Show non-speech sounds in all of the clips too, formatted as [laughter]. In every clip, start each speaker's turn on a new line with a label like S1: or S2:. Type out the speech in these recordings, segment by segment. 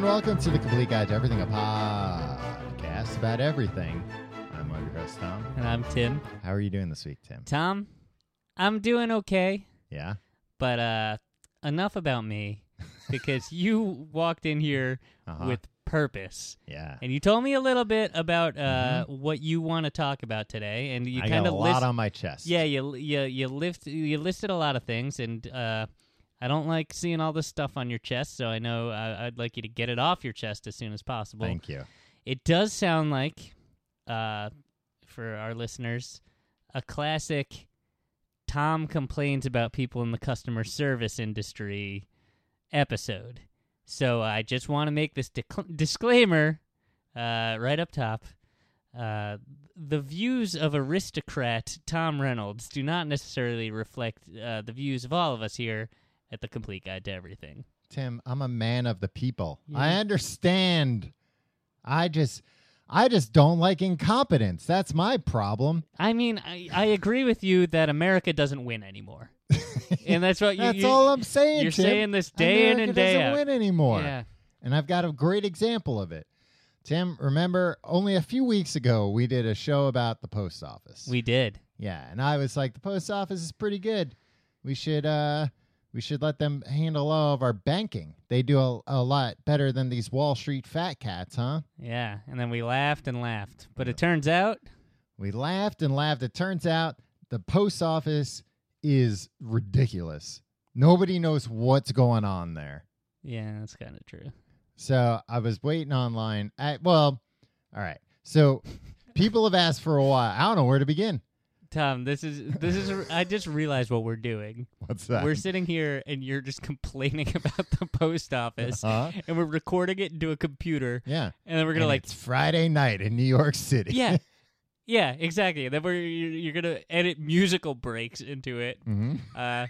S1: Welcome to the Complete Guide to Everything, a podcast about everything. I'm one of your host, Tom.
S2: And I'm Tim.
S1: How are you doing this week, Tim?
S2: Tom, I'm doing okay,
S1: Yeah?
S2: but uh enough about
S1: [laughs]
S2: me because you walked in here
S1: Uh-huh.
S2: with purpose.
S1: Yeah.
S2: And you told me a little bit about uh what you want to talk about today and you
S1: Mm-hmm. I
S2: kind
S1: got a
S2: of
S1: lot
S2: list
S1: on my chest.
S2: Yeah, you you you list you listed a lot of things and uh I don't like seeing all this stuff on your chest, so I know I, I'd like you to get it off your chest as soon as possible.
S1: Thank you.
S2: It does sound like, uh, for our listeners, a classic Tom complains about people in the customer service industry episode. So I just want to make this dec- disclaimer uh, right up top. Uh, the views of aristocrat Tom Reynolds do not necessarily reflect uh, the views of all of us here at the Complete Guide to Everything.
S1: Tim, I'm a man of the people.
S2: Yeah.
S1: I understand. I just I just don't like incompetence. That's my problem.
S2: I mean, I, I agree with you that America doesn't
S1: [laughs]
S2: win anymore, and that's what you,
S1: That's
S2: you,
S1: all I'm saying,
S2: you're
S1: Tim.
S2: saying this day in
S1: America
S2: and day
S1: doesn't
S2: out.
S1: win anymore.
S2: Yeah,
S1: And I've got a great example of it. Tim, remember only a few weeks ago we did a show about the post office.
S2: we did.
S1: yeah, and I was like, the post office is pretty good. We should uh we should let them handle all of our banking. They do a, a lot better than these Wall Street fat cats, huh?
S2: Yeah, and then we laughed and laughed, but it turns out
S1: We laughed and laughed. It turns out the post office is ridiculous. Nobody knows what's going on there.
S2: yeah, that's kind of true.
S1: So I was waiting online. I, well, all right. So people have asked for a while. I don't know where to begin.
S2: Tom, this is
S1: [laughs]
S2: this is. I just realized what we're doing.
S1: What's that?
S2: We're sitting here, and you're just [laughs] complaining about the
S1: [laughs]
S2: post office,
S1: Huh?
S2: and we're recording it into a computer,
S1: Yeah.
S2: and then we're gonna
S1: And
S2: like,
S1: it's Friday night in New York City.
S2: yeah,
S1: [laughs]
S2: yeah, exactly. And then we're you're, you're gonna edit musical breaks into it,
S1: hmm
S2: Uh,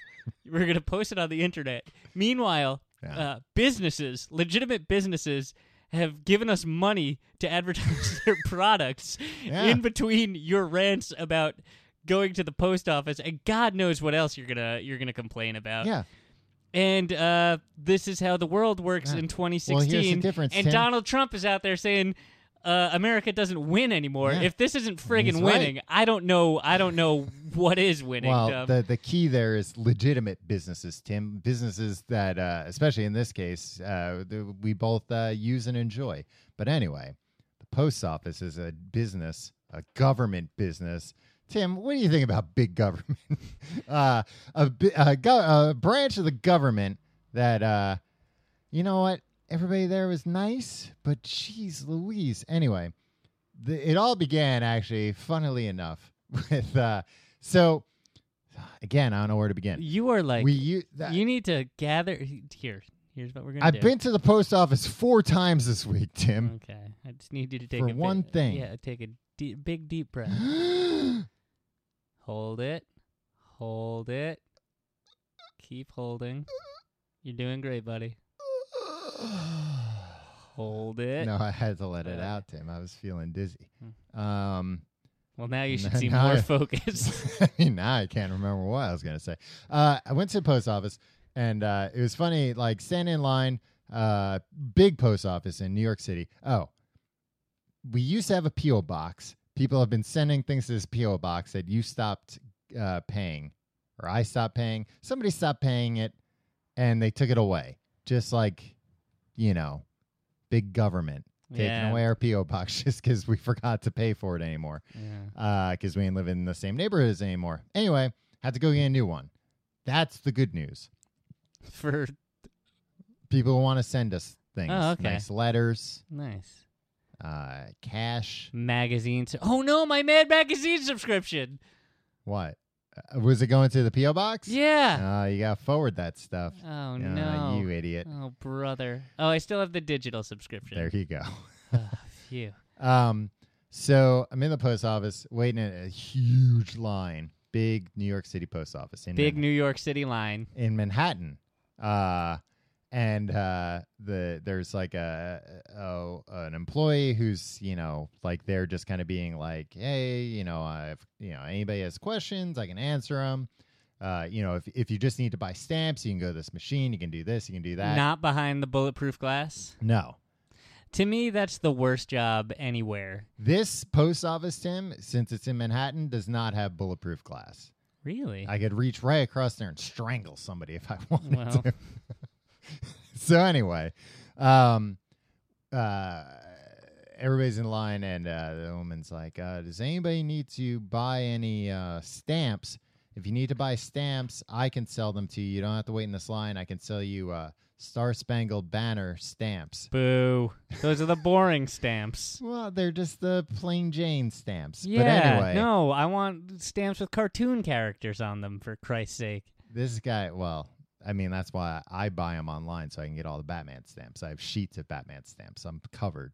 S2: we're going to post it on the internet. Meanwhile,
S1: Yeah.
S2: uh, businesses, legitimate businesses, have given us money to advertise [laughs] their products
S1: Yeah.
S2: in between your rants about going to the post office and God knows what else you're gonna you're gonna complain about.
S1: yeah.
S2: And uh, this is how the world works
S1: Yeah.
S2: in 2016.
S1: Well, here's the difference,
S2: and
S1: Tim.
S2: Donald Trump is out there saying. Uh, America doesn't win anymore.
S1: Yeah.
S2: If this isn't
S1: He's
S2: friggin'
S1: right.
S2: winning, I don't know. I don't know what is winning.
S1: Well,
S2: Dom.
S1: the, the key there is legitimate businesses, Tim. Businesses that, uh, especially in this case, uh, th- we both uh, use and enjoy. But anyway, the post office is a business, a government business. Tim, what do you think about big government? [laughs] uh, a, bi- a, go- a branch of the government that, uh, you know what? Everybody there was nice, but geez, Louise. Anyway, the, it all began actually, funnily enough, [laughs] with uh, so again, I don't know where to begin.
S2: You are like
S1: we u- that,
S2: you need to gather here. Here's what we're gonna
S1: I've
S2: do.
S1: been to the post office four times this week, Tim.
S2: okay. I just need you to take
S1: For
S2: a bi-
S1: one thing.
S2: Yeah, take a de- big deep breath.
S1: [laughs]
S2: Oh, Hold it. Hold it. Keep holding. You're doing great, buddy. Hold
S1: [gasps]
S2: it.
S1: no, I had to let it
S2: Uh, hmm.
S1: out, Tim. I was feeling dizzy. Um,
S2: Well, now
S1: [laughs]
S2: you should
S1: No,
S2: seem
S1: no,
S2: more
S1: I-
S2: [laughs] focused.
S1: [laughs] now I can't remember what I was gonna say. Uh, I went to the post office, and uh, it was funny. Like standing in line, uh, big post office in New York City. Oh, we used to have a PO box. People have been sending things to this PO box that you stopped uh, paying, or I stopped paying. Somebody stopped paying it, and they took it away. Just like, you know, big government taking
S2: yeah.
S1: away our PO box [laughs] just because we forgot to pay for it anymore
S2: Yeah.
S1: because uh, we ain't live in the same neighborhoods anymore. Anyway, had to go get a new one. That's the good news.
S2: For
S1: People want to send us things,
S2: Oh, okay.
S1: nice letters,
S2: nice
S1: uh, cash.
S2: magazines. Oh no, my Mad magazine subscription.
S1: What uh, was it going to the PO box?
S2: Yeah.
S1: Uh, you gotta forward that stuff.
S2: oh
S1: Uh,
S2: no.
S1: you idiot.
S2: Oh brother. Oh, I still have the digital subscription.
S1: There you go.
S2: Ah, phew.
S1: Um, so I'm in the post office waiting in a huge line, big New York City post office in
S2: Big
S1: Manhattan.
S2: New York City line.
S1: in Manhattan. Uh, and uh, the there's like a, a an employee who's you know like they're just kind of being like, hey, you know, uh, if you know anybody has questions, I can answer them. Uh, you know, if if you just need to buy stamps, you can go to this machine. You can do this. You can do that.
S2: Not behind the bulletproof glass.
S1: no,
S2: To me, that's the worst job anywhere.
S1: This post office, Tim, since it's in Manhattan, does not have bulletproof glass.
S2: Really?
S1: I could reach right across there and strangle somebody if I [laughs] wanted
S2: Well.
S1: to. so anyway, um, uh, everybody's in line, and uh, the woman's like, uh, "Does anybody need to buy any uh, stamps? If you need to buy stamps, I can sell them to you. You don't have to wait in this line. I can sell you uh, Star Spangled Banner stamps."
S2: Boo. Those are the boring stamps.
S1: Well, they're just the plain Jane stamps. [laughs]
S2: Yeah.
S1: but anyway,
S2: No, I want stamps with cartoon characters on them, for Christ's sake.
S1: This guy, well, I mean, that's why I buy them online so I can get all the Batman stamps. I have sheets of Batman stamps. I'm covered.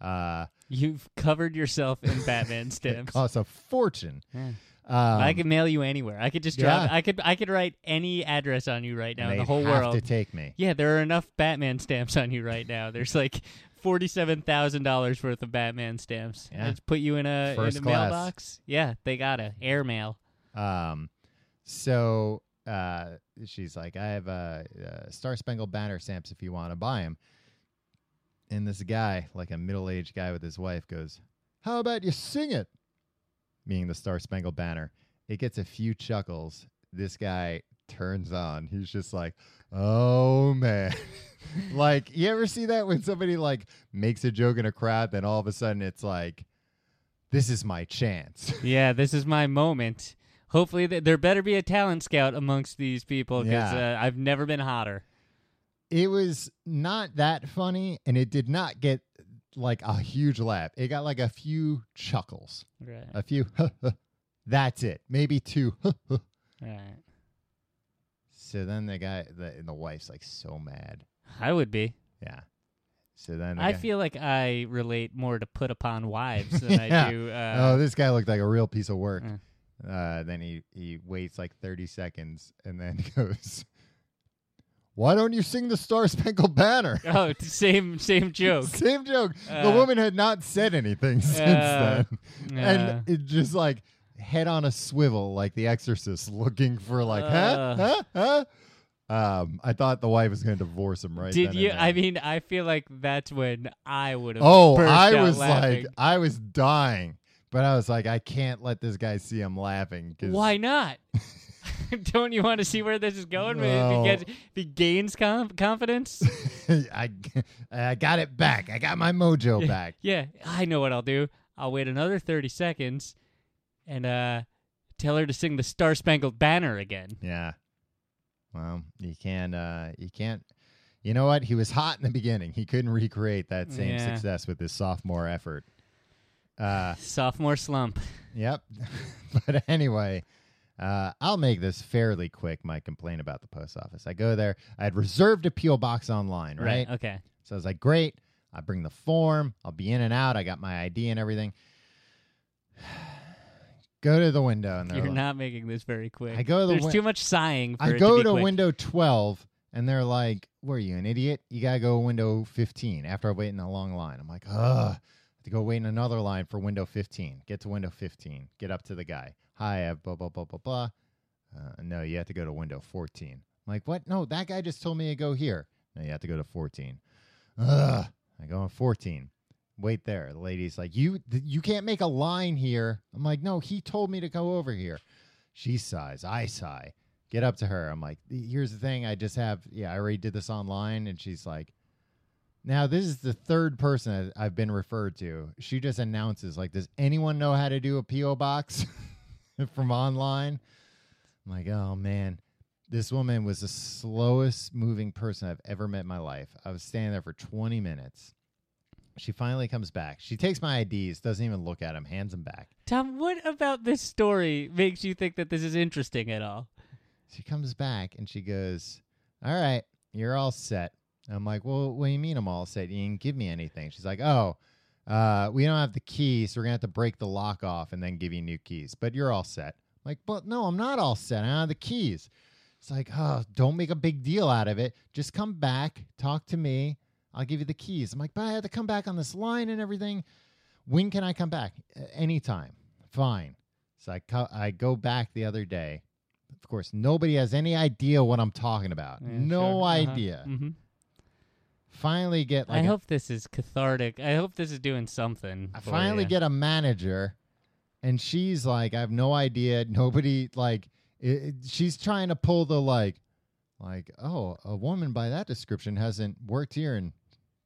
S1: Uh,
S2: You've covered yourself in
S1: [laughs]
S2: Batman
S1: It
S2: stamps.
S1: costs a fortune.
S2: Yeah.
S1: Um,
S2: I could mail you anywhere. I could just drop.
S1: yeah.
S2: I could. I could write any address on you right now in
S1: they'd
S2: the whole
S1: have
S2: world.
S1: to take me.
S2: yeah, there are enough Batman stamps on you right now. There's like forty-seven thousand dollars worth of Batman stamps.
S1: Yeah.
S2: Let's put you in a
S1: First
S2: in a
S1: class.
S2: mailbox. Yeah, they gotta airmail.
S1: Um, so uh, she's like, I have uh, uh, Star Spangled Banner stamps if you want to buy them. And this guy, like a middle aged guy with his wife, goes, How about you sing it? Meaning the Star Spangled Banner. It gets a few chuckles. This guy turns on. He's just like, Oh man. [laughs] like, you ever see that when somebody like makes a joke in a crowd, then all of a sudden it's like, This is my chance.
S2: yeah, this is my moment. Hopefully, th- there better be a talent scout amongst these people because
S1: Yeah.
S2: uh, I've never been hotter.
S1: it was not that funny and it did not get like a huge laugh it got like a few chuckles
S2: Right.
S1: a few [laughs] that's it maybe two [laughs]
S2: right.
S1: so then the guy the, and the wife's like so mad
S2: I would be.
S1: yeah so then the
S2: I
S1: guy-
S2: feel like I relate more to put upon wives than I
S1: [laughs] Yeah.
S2: do. Uh,
S1: oh this guy looked like a real piece of work
S2: Mm.
S1: uh, then he he waits like 30 seconds and then [laughs] goes why don't you sing the star spangled banner
S2: [laughs] Oh, t- same same joke.
S1: [laughs] Same joke. the
S2: Uh,
S1: woman had not said anything [laughs] since
S2: uh,
S1: then.
S2: uh.
S1: and it just like head on a swivel, like the exorcist, [laughs] looking for like,
S2: Uh.
S1: huh? Huh? Huh? Um, I thought the wife was gonna divorce him right
S2: Did
S1: then
S2: you?
S1: and
S2: I
S1: there.
S2: mean, I feel like that's when I would have.
S1: Oh,
S2: burst
S1: I
S2: out
S1: was
S2: laughing.
S1: like I was dying. But I was like, I can't let this guy see him laughing. 'cause-
S2: why not? [laughs] Don't you want to see where this is going? If he
S1: No.
S2: gets- if he gains com-
S1: [laughs]
S2: confidence.
S1: [laughs] I, I got it back. I got my mojo back.
S2: [laughs] Yeah, I know what I'll do. I'll wait another 30 seconds and uh tell her to sing the Star Spangled Banner again.
S1: Yeah. Well, you can't. Uh, you can't. You know what? He was hot in the beginning. He couldn't recreate that same
S2: Yeah.
S1: success with his sophomore effort. Uh,
S2: Sophomore slump.
S1: yep. [laughs] but anyway, uh, I'll make this fairly quick. My complaint about the post office. I go there. I had reserved a PO box online, right?
S2: Okay.
S1: So I was like, great. I bring the form. I'll be in and out. I got my ID and everything. [sighs] go to the window, and they're
S2: You're
S1: like-
S2: not making this very quick.
S1: I go to the
S2: There's
S1: win-
S2: too much sighing for
S1: I
S2: it
S1: go
S2: to,
S1: to,
S2: be quick.
S1: window 12 and they're like, "Were you an idiot? You got to go window 15 after I wait in a long line." I'm like, "Ugh." To go wait in another line for window 15. Get to window 15. Get up to the guy. Hi, I have blah blah blah blah blah. Uh, no, you have to go to window 14. I'm like, "What? No, that guy just told me to go here." No, you have to go to 14. Ugh. I go on 14. Wait there. The lady's like, "You th- you can't make a line here." I'm like, "No, he told me to go over here." She sighs. I sigh get up to her. I'm like, here's the thing. I just have, yeah, I already did this online. And she's like, now this is the third person I- I've been referred to. She just announces, like, does anyone know how to do a P.O. box [laughs] from online? I'm like, oh man. This woman was the slowest moving person I've ever met in my life. I was standing there for 20 minutes. She finally comes back. She takes my IDs, doesn't even look at them, hands them back.
S2: Tom, what about this story makes you think that this is interesting at all?
S1: She comes back and she goes, All right, you're all set. I'm like, Well, what do you mean I'm all set? You didn't give me anything. She's like, Oh, uh, we don't have the key, so we're gonna have to break the lock off and then give you new keys. But you're all set. I'm like, but no, I'm not all set. I don't have the keys. It's like, oh, don't make a big deal out of it. Just come back, talk to me. I'll give you the keys. I'm like, but I had to come back on this line and everything. When can I come back? "Uh, Anytime. Fine. So I co- I go back the other day. Of course, nobody has any idea what I'm talking about.
S2: Yeah, Uh-huh.
S1: no
S2: sure. Uh-huh.
S1: idea.
S2: Mhm.
S1: finally get like
S2: I
S1: a-
S2: hope this is cathartic. I hope this is doing something.
S1: I
S2: for
S1: finally
S2: ya.
S1: get a manager, and she's like, I have no idea. Nobody like. It, it- she's trying to pull the like, like, oh, a woman by that description hasn't worked here in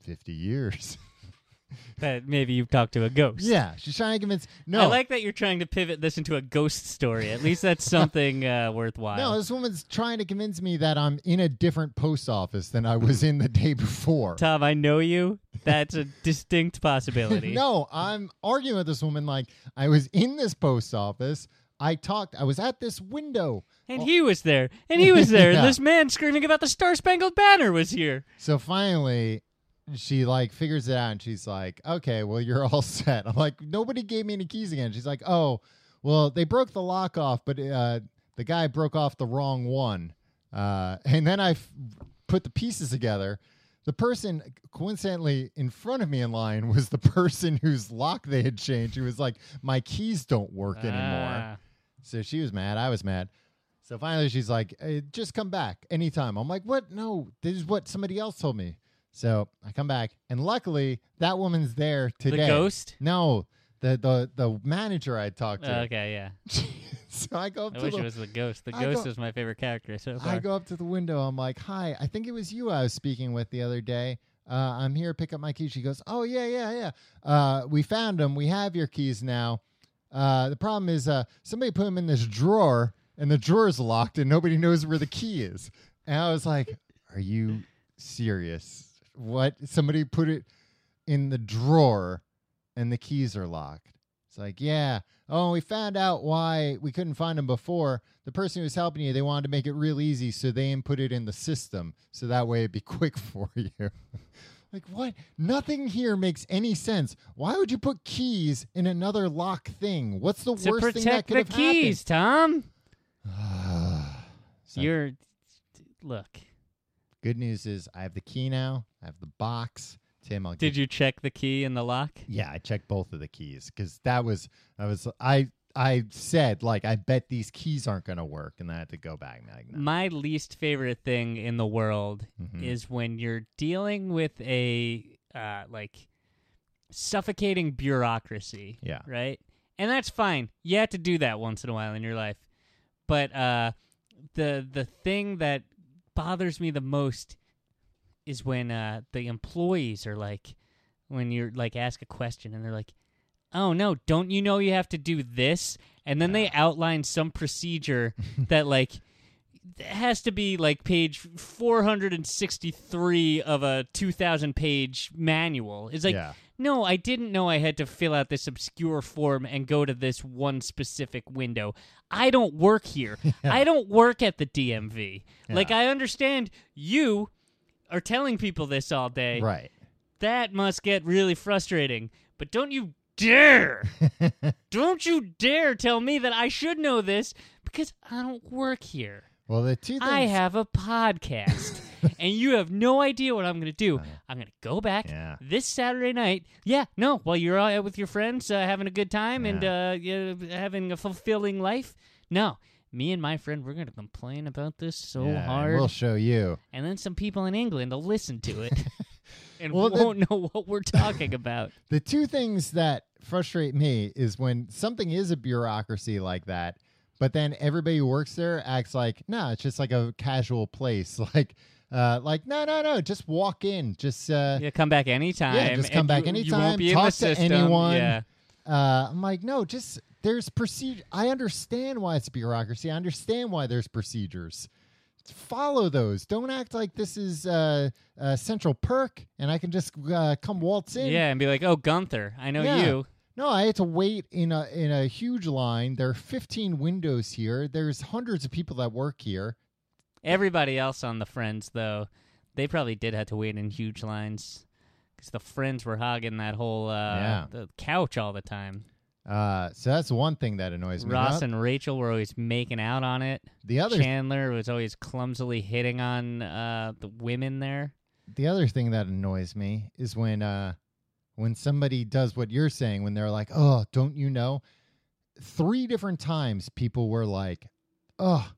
S1: fifty years. [laughs]
S2: that. Maybe you've talked to a ghost.
S1: yeah, [laughs] she's trying to convince. No,
S2: I like that you're trying to pivot this into a ghost story. At
S1: [laughs]
S2: least that's something uh, worthwhile.
S1: no, this woman's trying to convince me that I'm in a different post office than I was in the day before.
S2: Tom, I know you. That's a distinct possibility.
S1: [laughs] no, I'm arguing with this woman like I was in this post office. I talked. I was at this window.
S2: And he was there. And he was
S1: [laughs]
S2: there.
S1: Yeah.
S2: And this man screaming about the Star Spangled Banner was here.
S1: So finally, she like figures it out and she's like, okay, well, you're all [laughs] set. I'm like, nobody gave me any keys again. She's like, oh, well, they broke the lock off, but uh, the guy broke off the wrong one. Uh, and then I f- put the pieces together. The person coincidentally in front of me in line was the [laughs] person whose lock they had changed. Who was like, my keys don't work anymore.
S2: Ah.
S1: So she was mad. I was mad. So finally, she's like, hey, "Just come back anytime." I'm like, "What? No, this is what somebody else told me." So I come back, and luckily, that woman's there today.
S2: ghost?
S1: No, the the the manager I talked to.
S2: okay, yeah.
S1: [laughs] so I go up
S2: Uh, I
S1: to
S2: wish
S1: the
S2: it was the ghost. The
S1: I
S2: ghost
S1: go-
S2: is my favorite character so far.
S1: I go up to the window. I'm like, "Hi, I think it was you I was speaking with the other day. Uh, I'm here to pick up my keys." She goes, "Oh yeah, yeah, yeah. Uh, we found them. We have your keys now. Uh, the problem is uh, somebody put them in this drawer, and the drawer's locked, and nobody knows where the key is." And I was like, "Are you serious? What? Somebody put it in the drawer, and the keys are locked." It's like, yeah. Oh, we found out why we couldn't find them before. The person who was helping you, they wanted to make it real easy, so they input it in the system, so that way it'd be [laughs] quick for you. [laughs] like, what? Nothing here makes any sense. Why would you put keys in another lock thing? What's the
S2: to
S1: worst thing that
S2: protect
S1: could
S2: the
S1: have [sighs]
S2: keys, Tom.
S1: happened? So-
S2: You're look.
S1: Good news is I have the key now. I have the box. Tim, I'll give
S2: Did you check the key in the lock?
S1: Yeah, I checked both of the keys because that was I was I I said like I bet these keys aren't gonna work, and I had to go back and be like, no.
S2: My least favorite thing in the world
S1: Mhm.
S2: is when you're dealing with a uh, like suffocating bureaucracy.
S1: Yeah.
S2: Right? And that's fine. You have to do that once in a while in your life. But uh the the thing that bothers me the most is when uh the employees are like when you're like ask a question and they're like oh no don't you know you have to do this and then they outline some procedure that like has to be like page 463 of a 2000 page manual it's like
S1: yeah,
S2: no i didn't know i had to fill out this obscure form and go to this one specific window i don't work here i don't work at the dmv like i understand you are telling people this all day
S1: right. [laughs]
S2: that must get really frustrating. But don't you dare, don't you dare tell me that I should know this because I don't work here.
S1: Well, the two things
S2: I have
S1: [laughs]
S2: a podcast, and you have no idea what I'm going to do. I'm going to go back
S1: Uh, Yeah.
S2: this Saturday night. Yeah, no, while you're out with your friends, uh, having a good time and uh, yeah, having a fulfilling life. No, me and my friend, we're going to complain about this so
S1: yeah, and
S2: hard
S1: We'll show you.
S2: and then some people in England will listen
S1: [laughs]
S2: to it [laughs] and
S1: Well, then-
S2: won't know what we're
S1: [laughs]
S2: talking about.
S1: The two things that frustrate me is when something is a bureaucracy like that, but then everybody who works there acts like, no, it's just like a casual place. [laughs] Like, uh, like no, no, no, just walk in. Just uh,
S2: Yeah, come back anytime.
S1: Yeah, just come
S2: and
S1: back
S2: you, You
S1: anytime,
S2: won't be in
S1: talk
S2: the
S1: to
S2: system.
S1: anyone.
S2: Yeah.
S1: uh, I'm like, no, just there's procedure. I understand why it's bureaucracy. I understand why there's procedures. Follow those. Don't act like this is uh, uh, central perk, and I can just uh, come waltz in.
S2: yeah, and be like, oh, Gunther, I know
S1: Yeah.
S2: you.
S1: No, I had to wait in a in a huge line. There are 15 windows here. There's hundreds of people that work here.
S2: Everybody else on the Friends, though, they probably did have to wait in huge lines because the Friends were hogging that whole uh,
S1: Yeah.
S2: the couch all the time.
S1: Uh, so that's one thing that annoys me.
S2: Ross
S1: Now,
S2: and Rachel were always making out on it.
S1: the other
S2: Chandler was always clumsily hitting on uh, the women there.
S1: the other thing that annoys me is when uh when somebody does what you're saying when they're like oh don't you know three different times people were like oh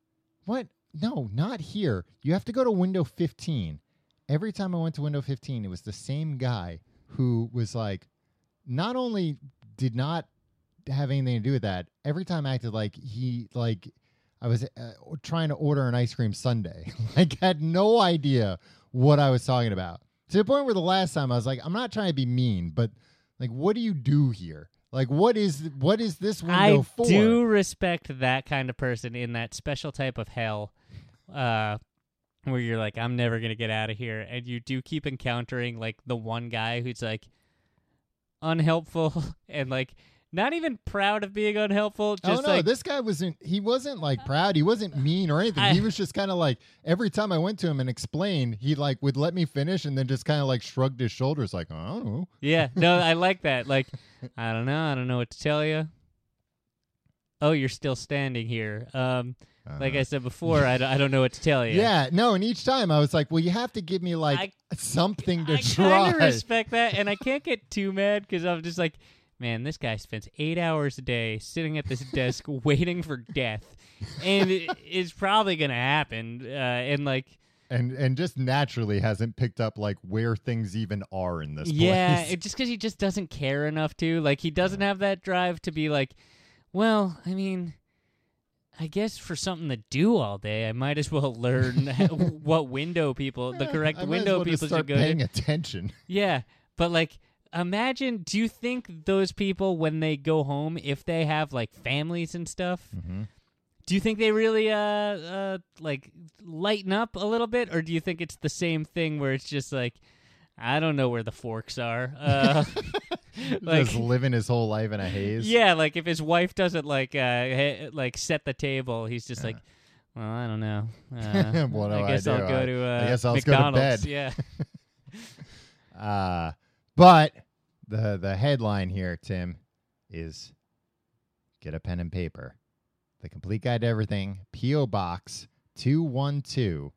S1: what no not here you have to go to window 15 every time I went to window 15, it was the same guy who was like, not only did not have anything to do with that, every time acted like he, like, I was uh, trying to order an ice cream sundae. [laughs] like, had no idea what I was talking about. To the point where the last time I was like, I'm not trying to be mean, but like, what do you do here? Like, what is what is this window
S2: I
S1: for?
S2: do respect that kind of person in that special type of hell, uh, where you're like, I'm never gonna get out of here, and you do keep encountering like the one guy who's like unhelpful [laughs] and like not even proud of being unhelpful. Just
S1: oh no,
S2: like
S1: this guy wasn't. He wasn't like proud. He wasn't mean or anything.
S2: Uh, I-
S1: he was just kind of like every time I went to him and explained, he like would let me finish and then just kind of like shrugged his shoulders, like I don't know.
S2: yeah, no, I like that. Like, I don't know, I don't know what to tell you. Oh, you're still standing here. Um, like I said before, I, d- I don't know what to tell you.
S1: Uh-huh. [laughs] yeah, no. And each time I was like, well, you have to give me like something to
S2: I
S1: try.
S2: [laughs] kind of respect that, and I can't get too mad because I'm just like, man, this guy spends eight hours a day sitting at this
S1: [laughs]
S2: desk waiting for death, and it, it's probably gonna happen. Uh, and like,
S1: and and just naturally hasn't picked up like where things even are in this
S2: yeah,
S1: [laughs] place.
S2: it, just because he just doesn't care enough to, like, he doesn't have that drive to be like, well, I mean. I guess for something to do all day, I might as well [laughs] learn
S1: [laughs]
S2: what window people, the
S1: Yeah,
S2: correct
S1: I might as
S2: window
S1: well just
S2: people
S1: start
S2: should go to.
S1: paying attention.
S2: Yeah, but like, imagine. Do you think those people, when they go home, if they have like families and stuff,
S1: Mm-hmm.
S2: do you think they really uh, uh like lighten up a little bit, or do you think it's the same thing where it's just like, I don't know where the
S1: [laughs]
S2: forks are. Uh, like,
S1: just living his whole life in a haze.
S2: yeah, like if his wife doesn't like uh he- like set the table, he's just like. Well, I
S1: [laughs]
S2: don't know. Uh,
S1: What do
S2: I
S1: I
S2: guess will
S1: do?
S2: go
S1: I-
S2: to uh,
S1: I guess I'll just go to
S2: McDonald's.
S1: bed.
S2: Yeah.
S1: Uh, but the the headline here, Tim, is get a pen and paper. The complete guide to everything, P.O. Box 212.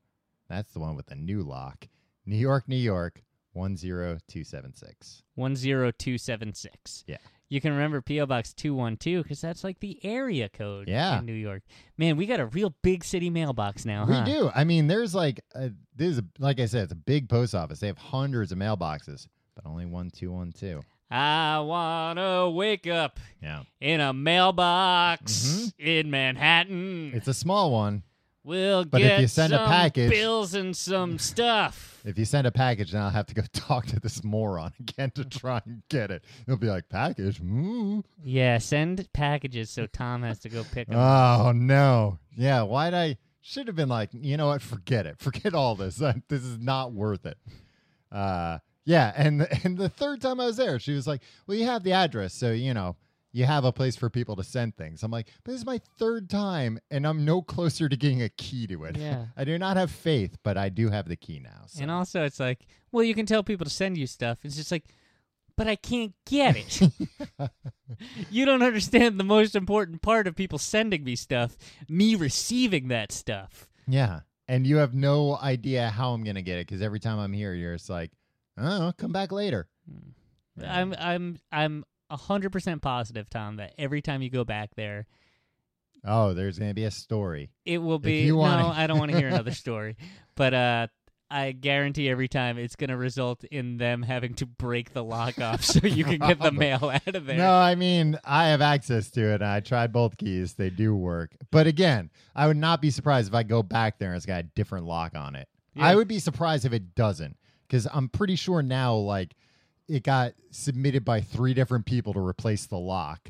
S1: That's the one with the new lock. New York, New York 10276.
S2: 10276.
S1: Yeah.
S2: You can remember P.O. Box 212 because that's like the area code
S1: Yeah.
S2: in New York. Man, we got a real big city mailbox now, huh?
S1: We do. I mean, there's like a, this is a, like I said, it's a big post office. They have hundreds of mailboxes, but only 1212.
S2: I want to wake up
S1: Yeah.
S2: in a mailbox
S1: Mm-hmm.
S2: in Manhattan.
S1: It's a small one.
S2: we'll
S1: But if
S2: get
S1: you send a
S2: some
S1: package-
S2: bills and
S1: [laughs]
S2: some stuff.
S1: If you send a package, then I'll have to go [laughs] talk to this moron again to try and get it. He'll be like, package? Mm.
S2: yeah, send packages so Tom has to go pick them.
S1: Oh, no. Yeah, why'd I? Should have been like, you know what? Forget it. [laughs] Forget all this. this is not worth it. Uh, yeah, and [laughs] and the third time I was there, she was like, "Well, you have the address, so you know you have a place for people to send things." I'm like, "But this is my third time, and I'm no closer to getting a key to it.
S2: Yeah.
S1: [laughs] I do not have faith, but I do have the key now." So.
S2: and also, it's like, well, you can tell people to send you stuff. It's just like, but I can't get
S1: [laughs]
S2: it. you don't understand the most important part of people sending me stuff, me receiving that stuff.
S1: Yeah. And you have no idea how I'm going to get it because every time I'm here, you're just like, oh, come back later. Yeah.
S2: Hmm. I'm I'm I'm hundred percent positive, Tom, that every time you go back there,
S1: Oh, there's going to be a story.
S2: it will be
S1: you
S2: no,
S1: wanna-
S2: I don't
S1: [laughs]
S2: want to hear another story. But uh I guarantee every time it's gonna result in them having to break the lock off so you can
S1: [laughs]
S2: get the
S1: Probably.
S2: mail out of there.
S1: No, I mean, I have access to it. And I tried both keys. They do work. But again, I would not be surprised if I go back there and it's got a different lock on it.
S2: Yeah.
S1: I would be surprised if it doesn't because I'm pretty sure now, like, it got submitted by three different people to replace the lock.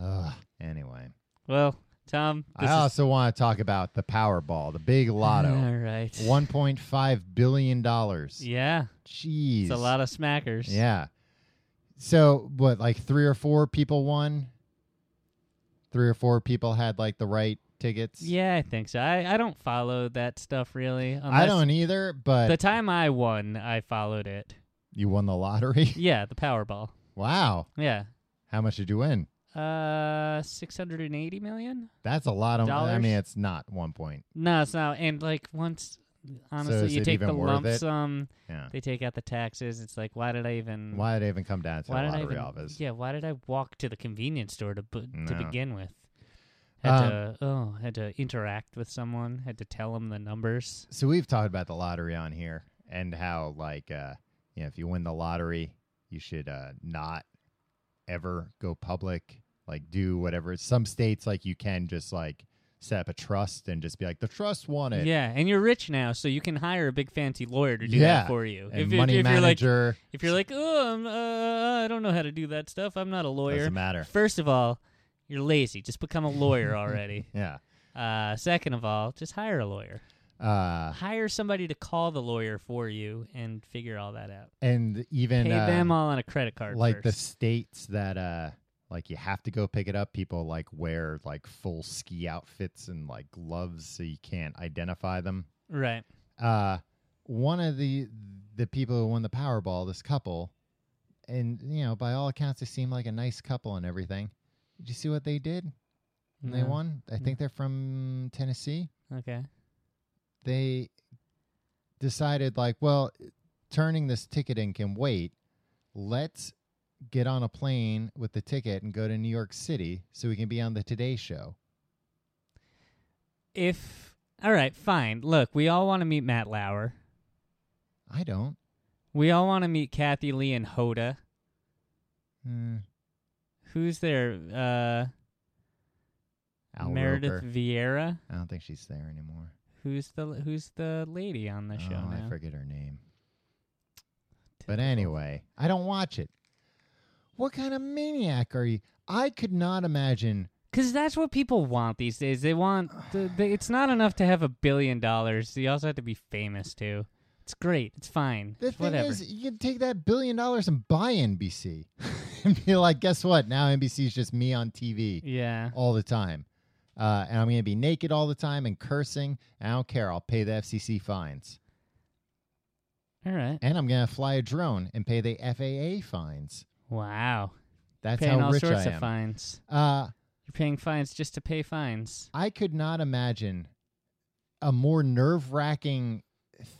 S1: Ugh. Anyway,
S2: Well, Tom, this
S1: I
S2: is
S1: also want to talk about the Powerball, the big lotto.
S2: All right.
S1: One point five billion dollars.
S2: Yeah,
S1: Jeez,
S2: it's a lot of smackers.
S1: yeah. So what? Like three or four people won. Three or four people had like the right tickets.
S2: Yeah, um, I think so. I, I don't follow that stuff really.
S1: I
S2: unless-
S1: don't either. But
S2: The time I won, I followed it.
S1: you won the lottery. [laughs]
S2: Yeah, the Powerball.
S1: wow.
S2: Yeah.
S1: How much did you win?
S2: Uh, six hundred and eighty million.
S1: That's a lot of. I
S2: Dollars?
S1: mean, it's not one point.
S2: No, it's not. And like once,
S1: So
S2: honestly,
S1: is
S2: you
S1: it
S2: take
S1: even
S2: the
S1: worth
S2: lump
S1: it?
S2: sum.
S1: Yeah.
S2: They take out the taxes. It's like, why did I even?
S1: Why did it even come down to
S2: Mm. why
S1: the
S2: did I
S1: lottery
S2: even?
S1: office?
S2: Yeah, why did I walk to the convenience store to bu- to
S1: No.
S2: begin with? Had
S1: Um,
S2: to oh, had to interact with someone. Had to tell them the numbers.
S1: So we've talked about the lottery on here, and how like uh you know if you win the lottery you should uh not ever go public like do whatever some states like you can just like set up a trust and just be like the trust won it
S2: Yeah, and you're rich now, so you can hire a big fancy lawyer to do
S1: Yeah,
S2: that for you.
S1: and
S2: you-
S1: money
S2: you're like,
S1: manager
S2: if you're like, oh, I'm, uh, I don't know how to do that stuff. I'm not a lawyer.
S1: doesn't matter
S2: First of all, you're lazy. Just become a lawyer already. [laughs]
S1: yeah
S2: Uh, second of all, just hire a lawyer.
S1: uh
S2: Hire somebody to call the lawyer for you and figure all that out.
S1: and even
S2: Pay
S1: uh,
S2: them all on a credit card.
S1: like the
S2: first.
S1: states that uh like you have to go pick it up people like wear like full ski outfits and like gloves so you can't identify them
S2: right.
S1: uh one of the the people who won the powerball this couple and you know by all accounts they seem like a nice couple and everything did you see what they did when they
S2: No.
S1: won i think they're from tennessee
S2: Mm-hmm. Okay.
S1: they decided like well turning this ticket in can wait let's get on a plane with the ticket and go to new york city so we can be on the today show
S2: If all right, fine. Look, we all want to meet Matt Lauer.
S1: i don't
S2: We all want to meet Kathy Lee and Hoda.
S1: Mm,
S2: Who's there? Uh,
S1: Al
S2: Meredith
S1: Roker.
S2: Vieira.
S1: i don't think she's there anymore
S2: Who's the who's the lady on the show
S1: oh,
S2: now?
S1: i forget her name but
S2: Typical.
S1: anyway i don't watch it what kind of maniac are you i could not imagine
S2: Because that's what people want these days. They want. The, the, it's not enough to have a billion dollars. You also have to be famous too. It's great. It's fine.
S1: the
S2: It's
S1: thing
S2: whatever.
S1: is you can take that billion dollars and buy nbc [laughs] and be like guess what now nbc's just me on tv
S2: yeah.
S1: all the time. Uh, and I'm going to be naked all the time and cursing. And I don't care. I'll pay the FCC fines.
S2: All right.
S1: And I'm going to fly a drone and pay the FAA fines.
S2: Wow.
S1: That's
S2: paying
S1: how
S2: all
S1: rich
S2: sorts
S1: I
S2: of
S1: am.
S2: fines.
S1: Uh,
S2: You're paying fines just to pay fines.
S1: I could not imagine a more nerve wracking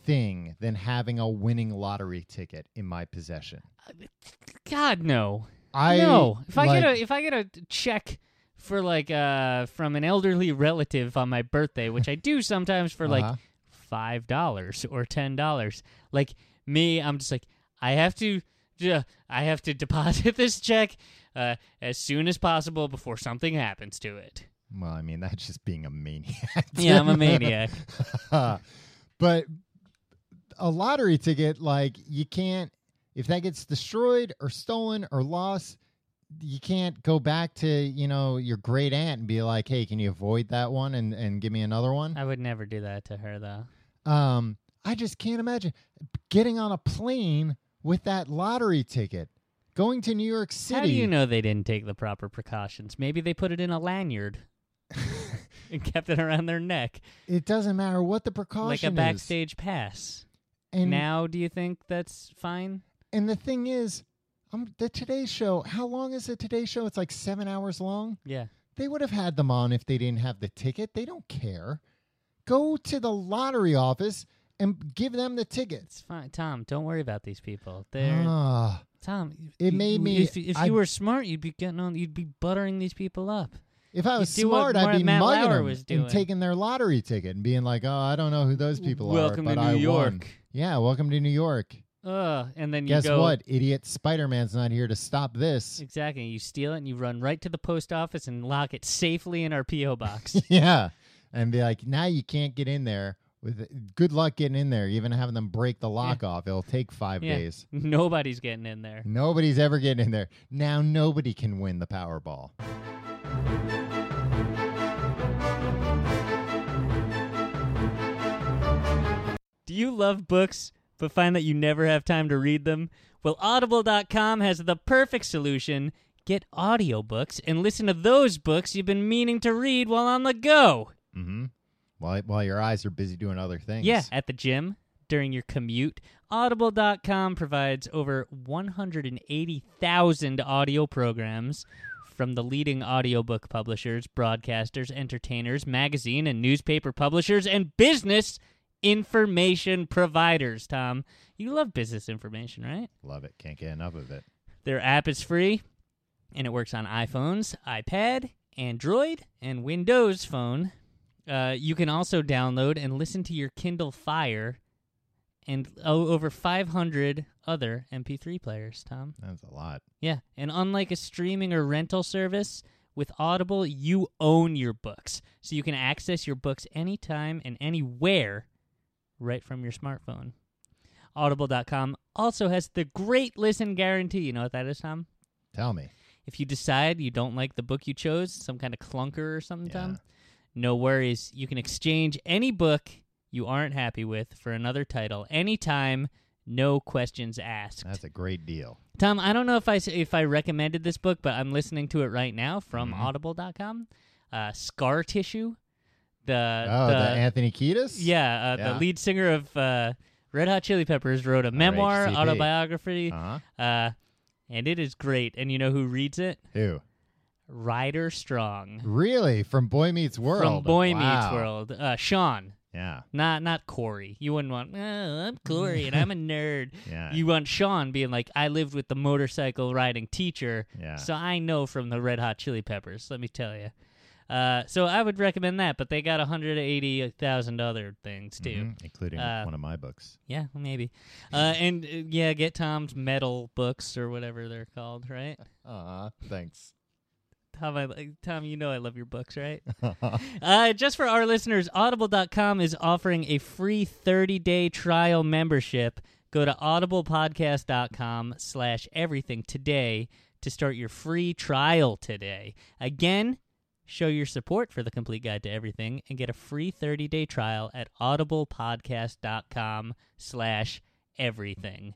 S1: thing than having a winning lottery ticket in my possession.
S2: God no.
S1: I
S2: no. If I
S1: like,
S2: get a if I get a check for like uh from an elderly relative on my birthday, which I do sometimes for like
S1: Uh-huh.
S2: five dollars or ten dollars. Like me, I'm just like I have to. yeah, I have to [laughs] deposit this check uh, as soon as possible before something happens to it.
S1: Well, I mean, that's just being a maniac. [laughs]
S2: [laughs] Yeah, I'm a maniac.
S1: but a lottery ticket, like you can't, if that gets destroyed or stolen or lost, you can't go back to you know your great aunt and be like, hey, can you avoid that one and and give me another one?
S2: [laughs] I would never do that to her though.
S1: Um, I just can't imagine getting on a plane with that lottery ticket, going to New York City.
S2: How do you know they didn't take the proper precautions? Maybe they put it in a [laughs] lanyard and kept it around their neck,
S1: It doesn't matter what the
S2: like
S1: precaution
S2: a
S1: is.
S2: backstage pass.
S1: And
S2: now, do you think that's fine?
S1: And the thing is, um, the Today Show. How long is the Today Show? It's like seven hours long.
S2: Yeah.
S1: They would have had them on if they didn't have the ticket. They don't care. Go to the lottery office and give them the tickets.
S2: It's fine, Tom. Don't worry about these people. They're
S1: Ah,
S2: Tom, y-
S1: It
S2: y-
S1: made
S2: y-
S1: me-
S2: If, if
S1: I-
S2: you were smart, you'd be getting on. You'd be buttering these people up.
S1: if I
S2: You
S1: was
S2: do what
S1: smart,
S2: Mar-
S1: I'd be
S2: Matt
S1: mugging
S2: Lauer
S1: them
S2: was
S1: and
S2: doing.
S1: taking their lottery ticket and being like, "Oh, I don't know who those people
S2: Welcome
S1: are."
S2: to
S1: but I
S2: New York.
S1: Won. Yeah, welcome to New York.
S2: Ugh. And then you
S1: Guess
S2: go.
S1: what, idiot? Spider Man's not here to stop this.
S2: Exactly. You steal it and you run right to the post office and lock it safely in our PO box.
S1: [laughs] yeah. And be like, now you can't get in there. With good luck getting in there, even having them break the lock off, it'll take five
S2: Yeah.
S1: days.
S2: Nobody's getting in there.
S1: Nobody's ever getting in there. Now nobody can win the Powerball.
S2: Do you love books but find that you never have time to read them? Well, audible.com has the perfect solution. Get audiobooks and listen to those books you've been meaning to read while on the go.
S1: Mm-hmm. While while your eyes are busy doing other things.
S2: Yeah, at the gym, during your commute. Audible.com provides over 180,000 audio programs from the leading audiobook publishers, broadcasters, entertainers, magazine and newspaper publishers, and business information providers, Tom. You love business information, right?
S1: Love it. Can't get enough of it.
S2: Their app is free and it works on iPhones, iPad, Android, and Windows Phone. Uh, you can also download and listen to your Kindle Fire and o- over 500 other MP3 players, Tom.
S1: That's a lot.
S2: Yeah, and unlike a streaming or rental service, with Audible, you own your books. So you can access your books anytime and anywhere right from your smartphone. Audible.com also has the great listen guarantee. You know what that is, Tom?
S1: Tell me.
S2: If you decide you don't like the book you chose, some kind of clunker or something,
S1: Yeah.
S2: Tom, no worries. You can exchange any book you aren't happy with for another title anytime, no questions asked.
S1: That's a great deal.
S2: Tom, I don't know if I s- if I recommended this book, but I'm listening to it right now from
S1: Mhm.
S2: Audible.com. Uh, Scar Tissue, the
S1: oh, the,
S2: the,
S1: Anthony Kiedis?
S2: yeah, uh,
S1: Yeah.
S2: the lead singer of uh, Red Hot Chili Peppers wrote a memoir
S1: RHCP.
S2: autobiography,
S1: Uh-huh.
S2: uh, and it is great. And you know who reads it?
S1: Who?
S2: Ryder Strong
S1: Really? From Boy Meets World.
S2: from Boy Meets
S1: Wow.
S2: World. Uh, Sean,
S1: Yeah.
S2: not not Corey. You wouldn't want. Oh, I'm
S1: [laughs]
S2: Corey and I'm a nerd.
S1: Yeah.
S2: You want Sean being like, I lived with the motorcycle riding teacher.
S1: yeah.
S2: So I know from the Red Hot Chili Peppers, let me tell you. Uh, so I would recommend that, but they got 180,000 other things too.
S1: Mhm, Including
S2: Uh,
S1: one of my books.
S2: Yeah, maybe. Uh, and uh, yeah, get Tom's metal books or whatever they're called, right?
S1: Uh thanks.
S2: Tom, I, li- Tom, you know I love your books, right? Uh, just for our listeners, audible.com is offering a free 30-day trial membership. Go to audiblepodcast.com slash everything today to start your free trial today. Again, show your support for the complete guide to everything and get a free 30-day trial at audiblepodcast.com slash everything.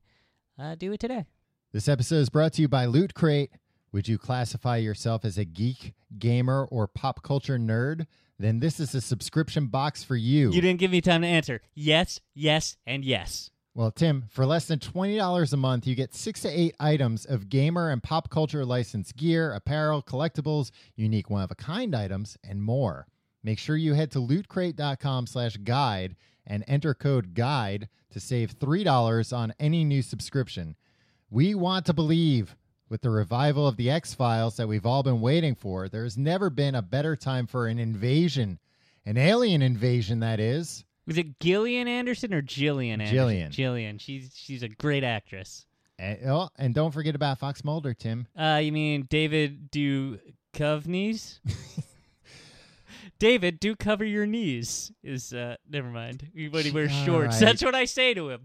S2: Uh, do it today.
S1: [laughs] This episode is brought to you by Loot Crate. Would you classify yourself as a geek, gamer, or pop culture nerd? Then this is a subscription box for you.
S2: You didn't give me time to answer. Yes, yes, and yes.
S1: well, Tim, for less than $20 a month, you get six to eight items of gamer and pop culture licensed gear, apparel, collectibles, unique one of a kind items, and more. Make sure you head to lootcrate.com slash guide and enter code guide to save $3 on any new subscription. We want to believe with the revival of the X Files that we've all been waiting for, there has never been a better time for an invasion, an alien invasion, that is.
S2: Was it Gillian Anderson or Jillian
S1: Gillian.
S2: Anderson? Jillian. She's she's a great actress.
S1: And, oh, and don't forget about Fox Mulder, Tim.
S2: Uh, you mean David do
S1: [laughs]
S2: Duchovny's? David, do cover your knees. Is uh, never mind. He- When he wears
S1: All
S2: shorts,
S1: right.
S2: that's what I say to him.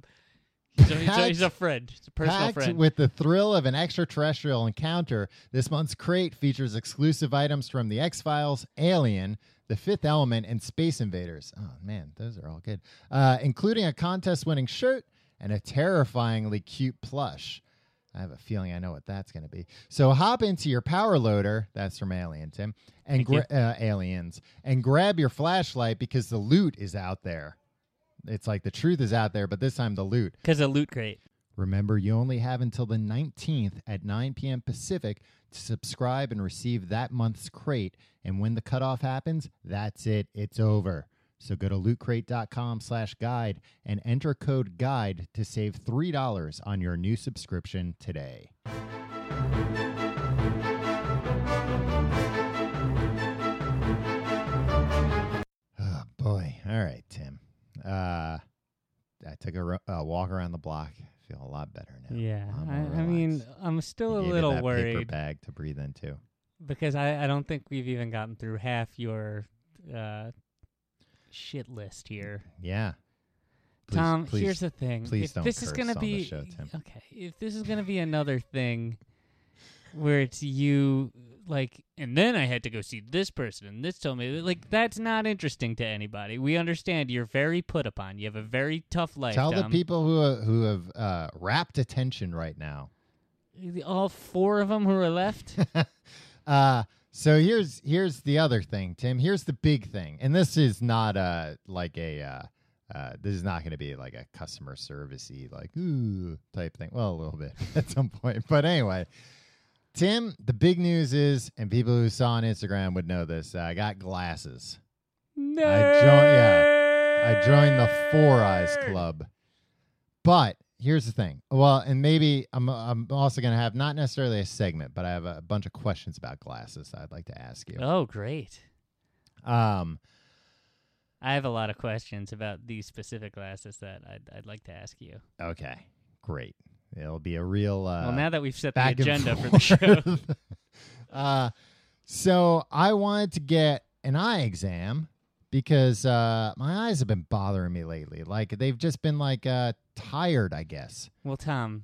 S2: He's a, he's a, he's a
S1: Packed-
S2: friend. He's a personal
S1: Packed
S2: friend.
S1: with the thrill of an extraterrestrial encounter, this month's crate features exclusive items from The X Files, Alien, The Fifth Element, and Space Invaders. Oh, man, those are all good. Uh, including a contest winning shirt and a terrifyingly cute plush. I have a feeling I know what that's going to be. So hop into your power loader. That's from Alien, Tim. And gra-
S2: Thank
S1: uh, Aliens. And grab your flashlight because the loot is out there. It's like the truth is out there, but this time the loot.
S2: Because of Loot Crate.
S1: Remember, you only have until the 19th at 9 p.m. Pacific to subscribe and receive that month's crate. And when the cutoff happens, that's it. It's over. So go to lootcrate.com slash guide and enter code guide to save $3 on your new subscription today. Oh, boy. All right, Tim. Uh, I took a ro- uh, walk around the block. I feel a lot better now.
S2: Yeah.
S1: I'm more
S2: I, I mean,
S1: relaxed.
S2: I'm still
S1: You
S2: a
S1: needed
S2: little
S1: that Paper
S2: worried
S1: bag to breathe into.
S2: because I, I don't think we've even gotten through half your uh, shit list here.
S1: Yeah. Please-
S2: Tom,
S1: please.
S2: here's the thing.
S1: please
S2: if
S1: don't
S2: this is
S1: curse
S2: gonna
S1: on the
S2: be
S1: show, Tim.
S2: okay. If this is gonna be another thing where it's you like and then I had to go see this person and this told me like that's not interesting to anybody. We understand you're very put upon. You have a very tough life.
S1: Tell the
S2: Tom.
S1: people who uh, who have uh, wrapped attention right now.
S2: all four of them who
S1: [laughs]
S2: are left.
S1: Uh, so here's here's the other thing, Tim. Here's the big thing, and this is not uh like a uh, uh this is not going to be like a customer servicey like ooh type thing. Well, a little bit [laughs] at some point, but anyway. Tim, the big news is, and people who saw on Instagram would know this. Uh, I got glasses.
S2: no.
S1: yeah. I joined the Four Eyes Club. But here's the thing. Well, and maybe I'm I'm also going to have not necessarily a segment, but I have a bunch of questions about glasses that I'd like to ask you.
S2: Oh, great.
S1: Um
S2: I have a lot of questions about these specific classes that I'd, I'd like to ask you.
S1: Okay, great. It'll be a real uh,
S2: well, now that we've set the
S1: back and
S2: agenda for
S1: [laughs]
S2: the show,
S1: forth. uh, so I wanted to get an eye exam because uh, my eyes have been bothering me lately. Like they've just been like uh, tired, I guess.
S2: well, Tom,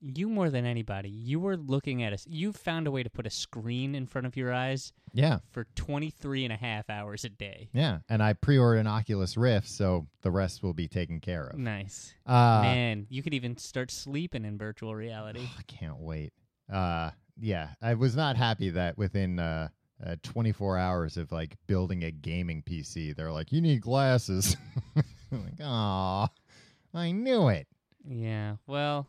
S2: you more than anybody, you were looking at us. You found a way to put a screen in front of your eyes
S1: Yeah,
S2: for 23 and a half hours a day.
S1: yeah. And I pre-ordered an Oculus Rift, so the rest will be taken care of.
S2: Nice.
S1: Uh, oh,
S2: Man, you could even start sleeping in
S1: [sighs]
S2: virtual reality.
S1: I can't wait. Uh, yeah, I was not happy that within uh, uh, 24 hours of like building a gaming PC, they're like, you need glasses. [laughs] I'm like, aw, I knew it.
S2: yeah. Well,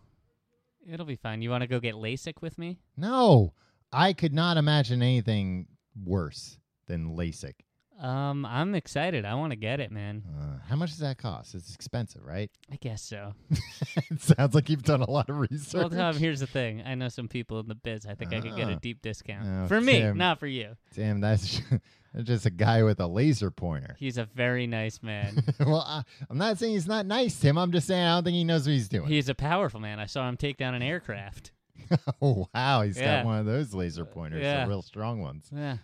S2: it'll be fine. You want to go get LASIK with me?
S1: No, I could not imagine anything worse than LASIK.
S2: Um, I'm excited. I want to get it, man.
S1: Uh, how much does that cost? It's expensive, right? [laughs]
S2: I guess so.
S1: it sounds like you've done a lot of
S2: Well,
S1: research.
S2: Tom, here's the thing. I know some people in the biz. I think I could get a
S1: Ah.
S2: deep discount.
S1: Oh,
S2: for me,
S1: Tim.
S2: not for you.
S1: Damn, that's [laughs] that's just a guy with a laser pointer.
S2: He's a very nice man.
S1: [laughs] well, I, I'm not saying he's not nice, Tim. I'm just saying I don't think he knows what he's doing.
S2: He's a powerful man. I saw him take down an aircraft.
S1: [laughs] Oh wow, he's
S2: Yeah. Uh,
S1: got one of those laser pointers,
S2: yeah.
S1: the real strong ones. [laughs]
S2: Yeah.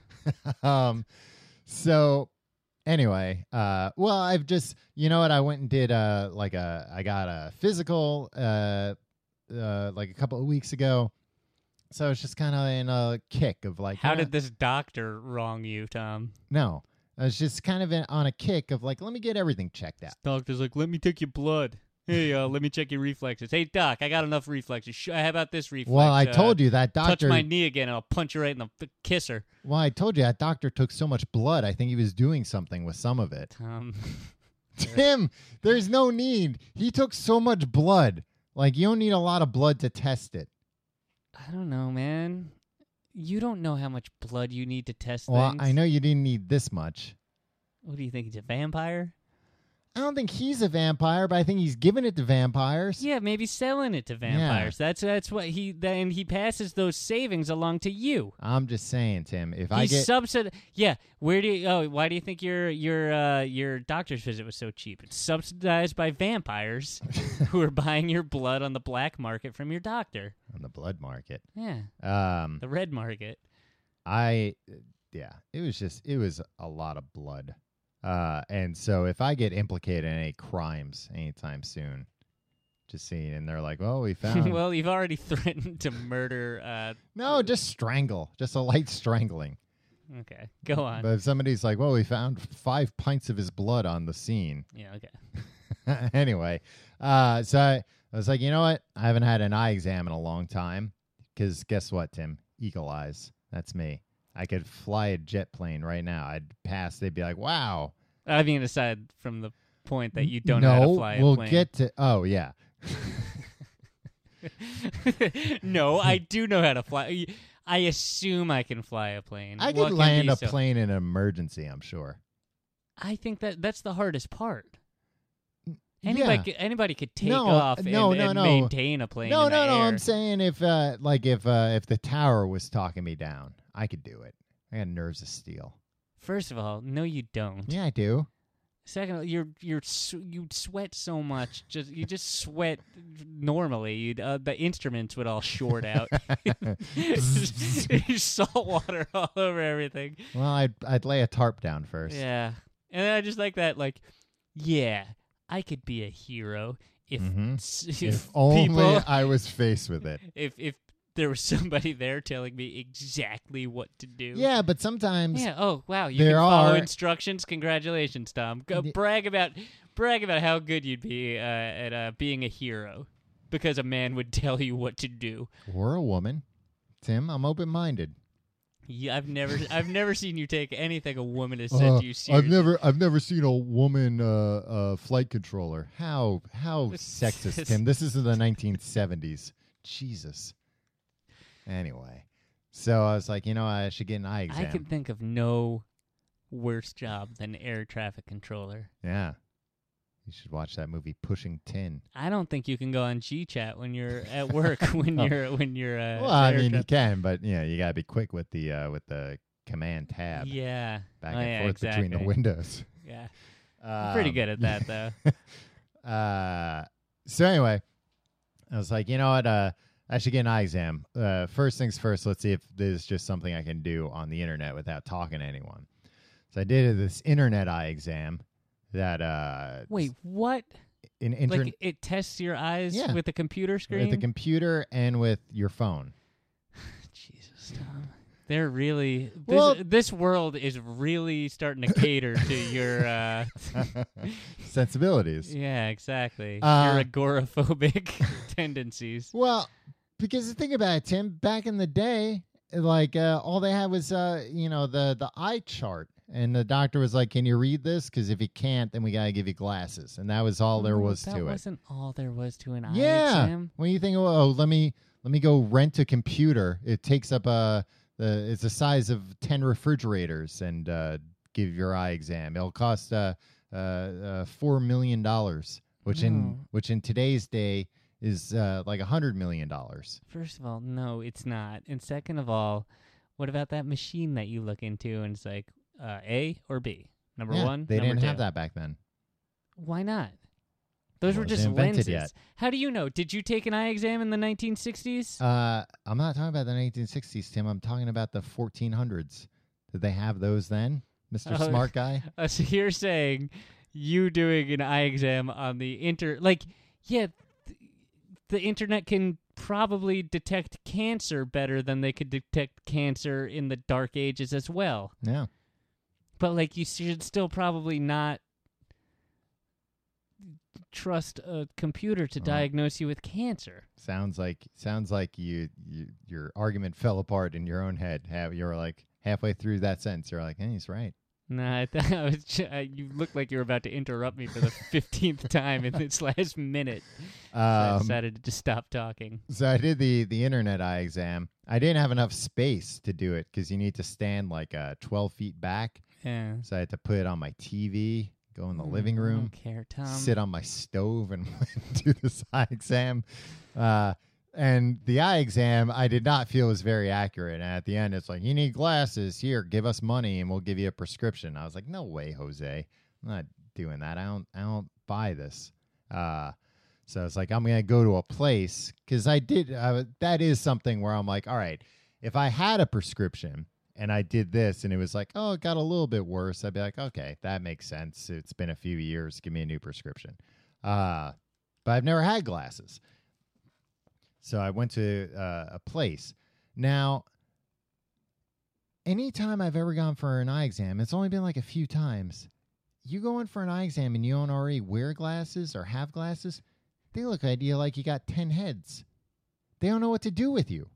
S1: um, so anyway, uh, well, I've just you know what I went and did uh like a I got a physical uh, uh like a couple of weeks ago, so it's just kind of in a kick of like
S2: How
S1: eh,
S2: did this doctor wrong you, Tom?
S1: no. I was just kind of in, on a kick of like, let me get everything checked out.
S2: This doctor's like, let me take your blood. Hey, uh, let me check your reflexes. Hey, doc, I got enough reflexes. Sh- how about this reflex? Uh,
S1: Well, I told you that
S2: Touch
S1: doctor.
S2: my knee again, and I'll punch you right in the f- kiss her.
S1: well, I told you that doctor took so much blood. I think he was doing something with some of it.
S2: [laughs]
S1: [laughs]
S2: Tom,
S1: Tim, there's no need. He took so much blood. Like you don't need a lot of blood to test it.
S2: I don't know, man. You don't know how much blood you need to test
S1: Well,
S2: things.
S1: I know you didn't need this much.
S2: What do you think? He's a vampire?
S1: I don't think he's a vampire, but I think he's giving it to vampires.
S2: Yeah, maybe selling it to vampires. That's that's what he then he passes those savings along to you.
S1: I'm just saying, Tim. If I
S2: He
S1: get
S2: subsid Yeah, where do you, oh why do you think your your uh, your doctor's visit was so cheap? It's subsidized by vampires who are buying your blood on the black market from your doctor.
S1: on the blood market,
S2: Yeah,
S1: um,
S2: the red market.
S1: I uh, yeah, it was just it was a lot of blood. Uh, and so if I get implicated in any crimes anytime soon, just seeing, and they're like, "Oh, we found
S2: [laughs] well, you've already threatened to murder. Uh,
S1: no, just strangle, just a light strangling."
S2: okay, go on.
S1: But if somebody's like, "Well, we found five pints of his blood on the scene." [laughs]
S2: yeah, okay.
S1: anyway, uh, so I, I was like, you know what? I haven't had an eye exam in a long time because guess what, Tim? Eagle eyes. That's me. I could fly a jet plane right now. I'd pass. They'd be like, "Wow."
S2: I mean, aside from the point that you don't
S1: know
S2: know how to fly
S1: we'll
S2: a plane.
S1: get to. Oh yeah.
S2: [laughs] no, I do know how to fly. I assume I can fly a plane.
S1: I
S2: What
S1: could
S2: can
S1: land
S2: be
S1: a
S2: so-
S1: plane in an emergency. I'm sure.
S2: I think that that's the hardest part.
S1: Yeah.
S2: Anybody, could, anybody could take
S1: No,
S2: off and,
S1: no, no,
S2: and
S1: no.
S2: maintain a plane.
S1: No,
S2: in
S1: no,
S2: the
S1: no.
S2: air.
S1: I'm saying if, uh, like, if uh, if the tower was talking me down, I could do it. I got nerves of steel.
S2: First of all, no, you don't.
S1: Yeah, I do.
S2: Second, of all, you're you're s- you sweat so much. Just you just sweat normally. You'd, uh, the instruments would all
S1: [laughs]
S2: short out. [laughs] Salt water [laughs] all over everything.
S1: Well, I'd I'd lay a tarp down first.
S2: Yeah. And I just like that, like, yeah, I could be a hero if
S1: Mhm.
S2: s- [laughs] if,
S1: If [laughs] only
S2: people
S1: I was faced with it.
S2: [laughs] if if there was somebody there telling me exactly what to do.
S1: Yeah, but sometimes
S2: Yeah. Oh wow, you
S1: There
S2: can follow
S1: are-
S2: instructions. Congratulations, Tom. Go
S1: Th-
S2: brag about brag about how good you'd be uh, at uh, being a hero because a man would [laughs] tell you what to do.
S1: we're a woman. Tim, I'm open minded.
S2: Yeah, I've never I've never seen you take anything a woman has said to you seriously.
S1: Uh, I've never seen a woman uh, uh, flight controller. How
S2: [laughs]
S1: how sexist, Tim. This is in the 1970s. Jesus. Anyway, so I was like, you know, I should get an eye
S2: I
S1: exam.
S2: can think of no worse job than air traffic controller.
S1: Yeah, you should watch that movie Pushing Tin.
S2: I don't think you can go on GChat when you're
S1: [laughs]
S2: at work when
S1: Oh.
S2: you're when you're uh,
S1: well, I
S2: air
S1: mean, you
S2: traffic-
S1: can, but yeah, you gotta be quick with the uh, with the command tab
S2: yeah
S1: back
S2: Oh,
S1: and
S2: yeah,
S1: forth between the
S2: exactly.
S1: windows.
S2: yeah I'm pretty
S1: Um,
S2: good at that though.
S1: [laughs] uh, so anyway, I was like, you know what? Uh, I should get an eye exam. Uh, first things first, let's see if this is just something I can do on the internet without talking to anyone. So I did this internet eye exam that uh
S2: Wait, what?
S1: an intern
S2: Like it tests your eyes
S1: Yeah.
S2: with a computer screen?
S1: with the computer and with your
S2: [laughs]
S1: phone. [laughs]
S2: Jesus, Tom. They're really this,
S1: Well-
S2: this world is really starting to cater to
S1: [laughs]
S2: your uh
S1: Sensibilities.
S2: yeah, exactly.
S1: Uh,
S2: your agoraphobic [laughs] tendencies.
S1: Well, because the thing about it, Tim, back in the day, like uh, all they had was uh, you know the the eye chart, and the doctor was like, "Can you read this? Because if you can't, then we gotta give you glasses." And that was all there
S2: Oh,
S1: was
S2: that
S1: to it.
S2: wasn't all there was to an eye
S1: Yeah.
S2: exam.
S1: When you think, oh, let me let me go rent a computer. It takes up a the it's the size of ten refrigerators, and uh, give your eye exam. It'll cost uh, uh, uh, four million dollars, which in
S2: No.
S1: which in today's day is uh, like a hundred million dollars.
S2: First of all, no, it's not. And second of all, what about that machine that you look into and it's like uh, A or B? Number
S1: Yeah,
S2: one,
S1: they
S2: number
S1: didn't
S2: two.
S1: have that back then.
S2: Why not? Those were
S1: wasn't
S2: just
S1: invented
S2: lenses.
S1: yet.
S2: How do you know? Did you take an eye exam in the 1960s?
S1: Uh, I'm not talking about the 1960s, Tim. I'm talking about the 1400s. Did they have those then, Mister
S2: Oh.
S1: Smart Guy?
S2: Uh, so you're saying you doing an eye exam on the inter like yeah th- the internet can probably detect cancer better than they could detect cancer in the dark ages as well
S1: No.
S2: but like you should still probably not trust a computer to
S1: Oh.
S2: diagnose you with cancer
S1: Sounds like sounds like you, you your argument fell apart in your own head. Ha- You were like halfway through that sentence, you're like, "Hey, he's right."
S2: Nah, I th- [laughs] I was ju- uh, you looked like you were about to interrupt me
S1: [laughs]
S2: for the 15th time in this last minute. So I
S1: Um,
S2: decided to just stop talking.
S1: so I did the the internet eye exam. I didn't have enough space to do it because you need to stand like uh, 12 feet back.
S2: Yeah.
S1: So I had to put it on my TV, go in the
S2: Mm,
S1: living
S2: I don't
S1: room,
S2: care, Tom.
S1: sit on my stove and [laughs] do this eye exam. Uh, and the eye exam, I did not feel was very accurate. And at the end, it's like, you need glasses. Here, give us money and we'll give you a prescription. I was like, no way, Jose. I'm not doing that. I don't, I don't buy this. Uh, so it's like, I'm going to go to a place because I did. I, was- that is something where I'm like, all right, if I had a prescription and I did this and it was like, oh, it got a little bit worse, I'd be like, okay, that makes sense. It's been a few years. Give me a new prescription. Uh, but I've never had glasses. So I went to uh, a place. Now, anytime I've ever gone for an eye exam, it's only been like a few times. You go in for an eye exam and you don't already wear glasses or have glasses, they look at you like you got 10 heads. They don't know what to do with you.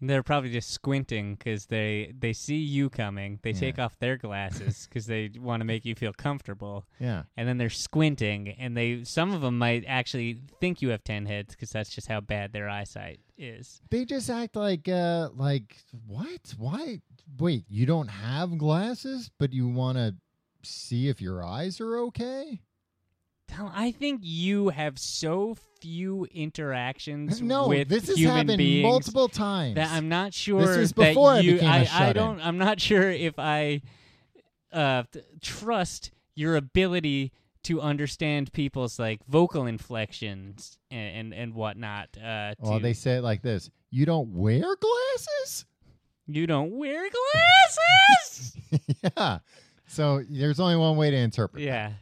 S2: They're probably just squinting because they they see you coming. They
S1: Yeah.
S2: take off their
S1: [laughs]
S2: glasses because they want to make you feel comfortable,
S1: Yeah.
S2: and then they're squinting. And they some of them might actually think you have ten heads because that's just how bad their eyesight is.
S1: They just act like uh like what? Why wait, you don't have glasses, but you wanna see if your eyes are okay?
S2: Tom, I think you have so few interactions
S1: No,
S2: with
S1: this has
S2: human
S1: happened
S2: beings
S1: multiple times.
S2: that I'm not sure
S1: is
S2: that
S1: before I
S2: you.
S1: became a
S2: I, I
S1: shut-in.
S2: don't. I'm not sure if I uh, th- trust your ability to understand people's like vocal inflections and and, and whatnot. Uh,
S1: well,
S2: to-
S1: Oh, they say it like this. You don't wear glasses? [laughs]
S2: you don't wear glasses. [laughs]
S1: yeah. So there's only one way to interpret. it.
S2: yeah,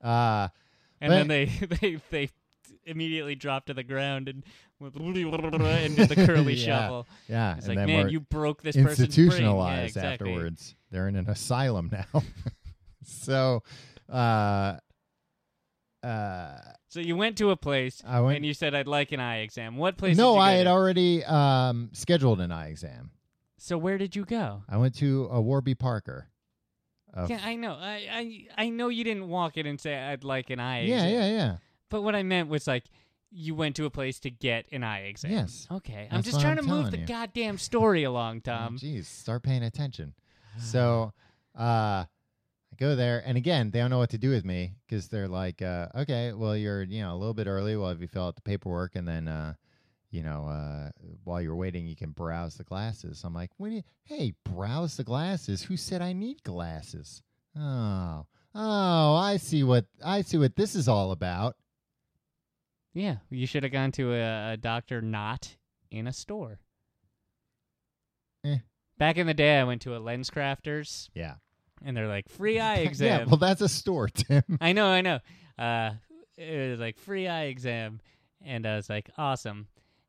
S1: Uh
S2: and
S1: But-
S2: then they they [laughs] they immediately drop to the ground and went and did the
S1: [laughs]
S2: curly
S1: Yeah.
S2: shuffle.
S1: yeah.
S2: It's
S1: and then
S2: like, man,
S1: we're
S2: you broke this person's brain. Yeah,
S1: institutionalized
S2: exactly.
S1: afterwards. They're in an asylum now. [laughs] so uh uh
S2: So you went to a place
S1: I went
S2: and you said, "I'd like an eye exam." What place? did
S1: No,
S2: you go
S1: I had
S2: to?
S1: already um, scheduled an eye exam.
S2: So where did you go?
S1: I went to a Warby Parker. A
S2: Yeah, I know. I, I I know you didn't walk in and say I'd like an eye
S1: yeah,
S2: exam.
S1: yeah, yeah.
S2: But what I meant was like you went to a place to get an eye exam.
S1: Yes.
S2: Okay. I'm
S1: That's
S2: just
S1: what
S2: trying
S1: I'm
S2: to move
S1: telling
S2: the
S1: you.
S2: goddamn
S1: [laughs]
S2: story along, Tom.
S1: Jeez, Oh, start paying
S2: [sighs]
S1: attention. So, uh, I go there, and again, they don't know what to do with me because they're like, uh, "Okay, well, you're you know a little bit early. We'll have you fill out the paperwork, and then uh, you know uh, while you're waiting, you can browse the glasses." I'm like, "What? Do you, hey, browse the glasses? Who said I need glasses? Oh, Oh, I see what I see what this is all about.
S2: Yeah, you should have gone to a, a doctor not in a store.
S1: Eh.
S2: Back in the day, I went to a lens crafters,
S1: Yeah.
S2: and they're like free [laughs] eye
S1: [laughs] Yeah,
S2: exam.
S1: well that's a store, Tim.
S2: I know, I know. Uh, it was like free eye exam, and I was like, awesome.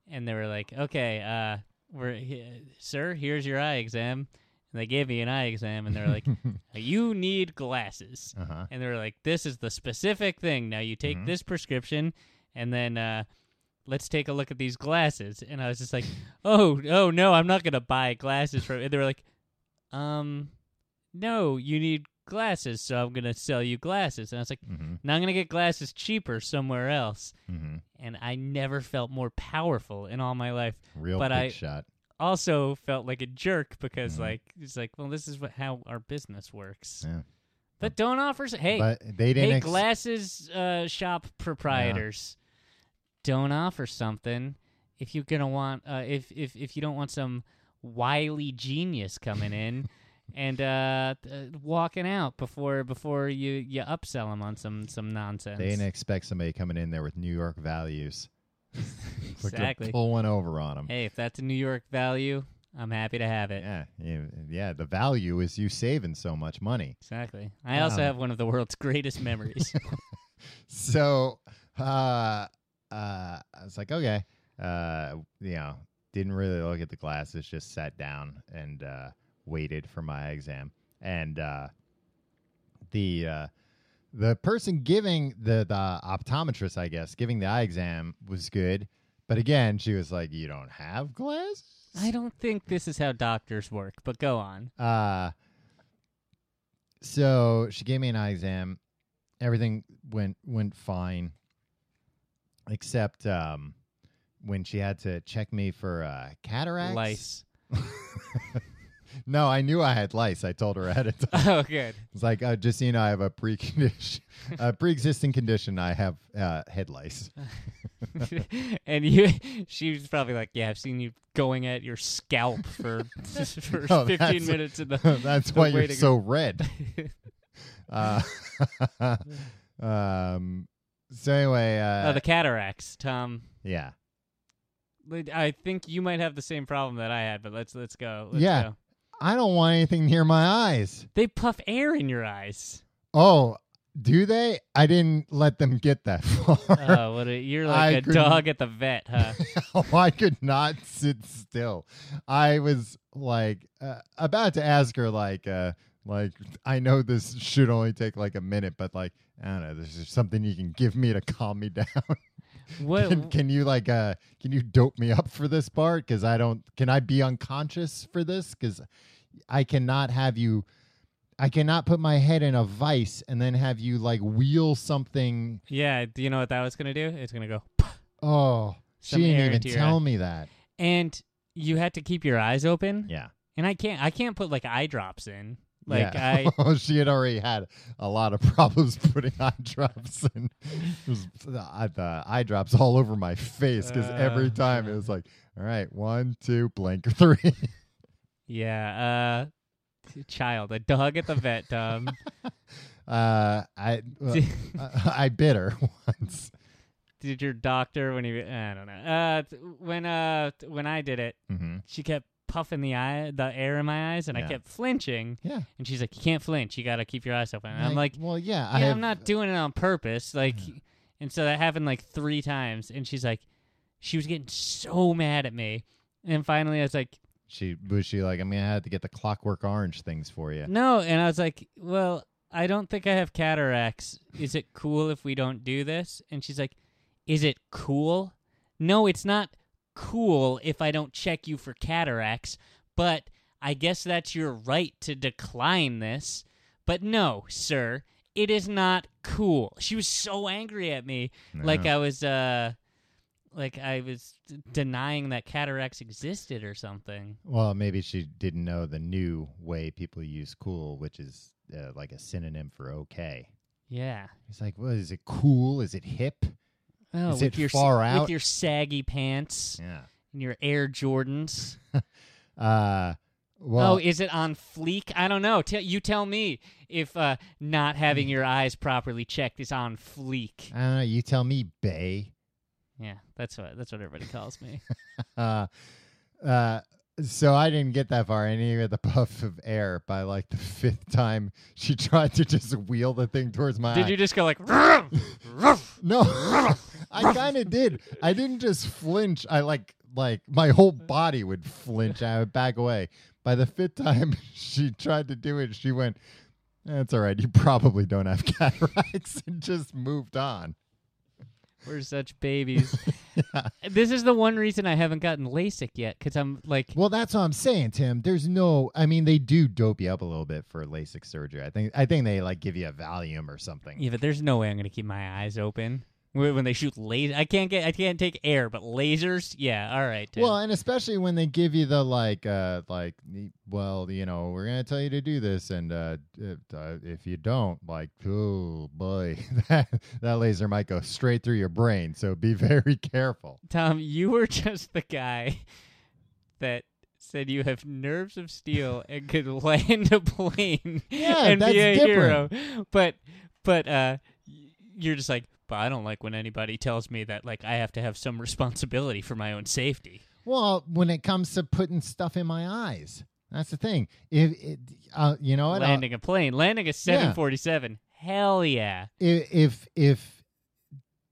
S2: And they were like, okay, uh, we're he- sir, here's your eye exam. And they gave me an eye exam, and they were like, "Uh, you need glasses.
S1: [laughs] uh-huh.
S2: And they were like, this is the specific thing. Now you take
S1: Mhm.
S2: this prescription, and then uh, let's take a look at these glasses. And I was just like, oh, oh no, I'm not gonna buy glasses from. And they were like, um, no, you need glasses, so I'm gonna sell you glasses. And I was like.
S1: Mm-hmm.
S2: Now I'm going to get glasses cheaper somewhere else.
S1: Mm-hmm.
S2: And I never felt more powerful in all my life.
S1: Real
S2: But
S1: big
S2: I-
S1: shot.
S2: Also felt like a jerk because
S1: Mhm.
S2: like it's like, well, this is what how our business works.
S1: Yeah.
S2: But don't offer s- hey,
S1: but they didn't
S2: hey
S1: ex-
S2: glasses uh, shop proprietors. Don't offer something if you're going to want uh, if if if you don't want some wily genius
S1: [laughs]
S2: coming in. And uh, th- walking out before before you, you upsell them on some some nonsense.
S1: they didn't expect somebody coming in there with New York values. [laughs] Quick to
S2: exactly.
S1: Pull one over on them.
S2: Hey, if that's a New York value, I'm happy to have it.
S1: Yeah, yeah, yeah, The value is you saving so much money.
S2: Exactly. I also
S1: Um,
S2: have one of the world's [laughs]
S1: [laughs]
S2: greatest memories.
S1: so uh uh i was like okay uh you know didn't really look at the glasses just sat down and uh waited for my exam and uh the uh the person giving the the optometrist i guess giving the eye exam was good but again she was like you don't have glasses
S2: I don't think this is how doctors work, but go on.
S1: uh, so she gave me an eye exam. Everything went went fine, except um, when she had to check me for uh, cataracts. [laughs]
S2: Lice.
S1: No, I knew I had lice. I told her ahead of time.
S2: Oh, good.
S1: It's like uh, just so you know, I have a precondition, a pre-existing condition. I have uh, head lice.
S2: [laughs]
S1: [laughs]
S2: and you, she was probably like, "Yeah, I've seen you going at your scalp
S1: [laughs]
S2: for [laughs] for
S1: Oh,
S2: 15
S1: that's-
S2: minutes
S1: [laughs]
S2: in the."
S1: That's
S2: The
S1: why
S2: way
S1: you're
S2: to go.
S1: so red. Uh, [laughs] um. So anyway, uh,
S2: oh, the cataracts, Tom.
S1: yeah.
S2: I think you might have the same problem that I had, but let's let's go. Let's
S1: Yeah.
S2: go.
S1: I don't want anything near my eyes.
S2: They puff air in
S1: [laughs]
S2: your eyes.
S1: Oh, do they? I didn't let them get that [laughs] far.
S2: Oh, what a, you're
S1: I
S2: like a
S1: couldn't-
S2: dog at the vet,
S1: [laughs]
S2: huh?
S1: I could not sit still. I was like uh, about to ask her, like, uh, like I know this should only take like a minute, but like I don't know, there's just something you can give me to calm me [laughs] down.
S2: [laughs] What?
S1: can, can you like, uh, can you dope me up for this part? Because I don't. Can I be unconscious for this? Because I cannot have you. I cannot put my head in a vice and then have you like wheel something
S2: yeah, do you know what that was gonna do? It's gonna go, [laughs]
S1: Oh,
S2: Some
S1: she didn't
S2: air
S1: even
S2: into your
S1: tell
S2: eye.
S1: me that.
S2: and you had to keep your eyes open.
S1: Yeah.
S2: And I can't, I can't put like eye drops in.
S1: [laughs]
S2: Like I,
S1: I, she had already had a lot of [laughs] problems putting eye drops and it was the, eye- the eye drops all over my face because every
S2: Uh,
S1: time it was like, all right, one, two, blink, [laughs] three.
S2: yeah, uh, t- child, a dog at the vet,
S1: [laughs]
S2: Tom.
S1: Uh,
S2: [laughs]
S1: I uh,
S2: did,
S1: I, [laughs] I bit her once.
S2: did your doctor when he? I don't know. Uh, t- when uh, t- when I did it,
S1: Mm-hmm.
S2: she kept puffing the eye, the air in my eyes, and I
S1: Yeah.
S2: kept flinching.
S1: Yeah,
S2: And she's like, "You can't flinch. You got to keep your eyes open." And I'm like,
S1: well, yeah, I
S2: yeah,
S1: have,
S2: I'm not doing it on purpose. Like, and so that happened like three times, and she's like, she was getting so mad at me, and finally I was like,
S1: She was she like, I mean, I had to get the Clockwork Orange things for you.
S2: no, and I was like, well, I don't think I have cataracts. Is it cool if we don't do this? And she's like, is it cool? No, it's not cool if I don't check you for cataracts, but I guess that's your right to decline this. But no, sir, it is not cool. She was so angry at me. like
S1: Yeah.
S2: I was uh like I was d- denying that cataracts existed or something.
S1: Well, maybe she didn't know the new way people use cool, which is uh, like a synonym for okay.
S2: Yeah.
S1: It's like, well, is it cool? Is it hip?
S2: Oh,
S1: Is
S2: with
S1: it
S2: your s-
S1: far out?
S2: with your saggy pants
S1: Yeah.
S2: and your Air Jordans.
S1: Uh, Well,
S2: oh, is it on fleek? I don't know. Tell you tell me if uh, not
S1: Mm.
S2: having your eyes properly checked is on fleek.
S1: I don't know. You tell me, Bay.
S2: Yeah, that's what that's what everybody calls
S1: [laughs]
S2: me.
S1: Uh, uh, so I didn't get that far. And even the [laughs] puff of air by like the fifth time she [laughs] tried to just wheel the thing towards my
S2: Did
S1: eye.
S2: you just go like? [laughs] "Ruff, ruff"?
S1: No, [laughs] I kind of did. I didn't just flinch. I like like my whole body would flinch. I would back away. By the fifth time [laughs] she tried to do it, she went, "That's all right. You probably don't have [laughs] cataracts," and just moved on.
S2: We're such
S1: [laughs]
S2: babies. This is the one reason I haven't gotten LASIK yet because I'm like,
S1: Well, that's what I'm saying, Tim. There's no. I mean, they do dope you up a little bit for LASIK surgery. I think. I think they like give you a Valium or something.
S2: yeah, but there's no way I'm gonna keep my eyes open Wh- when they shoot laser. I can't get, I can't take air, but lasers, yeah, all right. Tim.
S1: Well, and especially when they give you the like, uh, like, y- well, you know, we're gonna tell you to do this, and uh, if, uh, if you don't, like, oh boy, [laughs] that that laser might go straight through your brain. So be [laughs] very careful.
S2: Tom, you were [laughs] just the guy that said you have nerves of steel and could [laughs] land a plane
S1: Yeah,
S2: and
S1: that's
S2: be a
S1: different.
S2: hero. But but uh y- you're just like, but I don't like when anybody tells me that like I have to have some responsibility for my own safety.
S1: Well, when it comes to putting stuff in my eyes, that's the thing. If it, uh, you know what, I'll-
S2: landing a plane, landing a 747. Hell yeah.
S1: if if if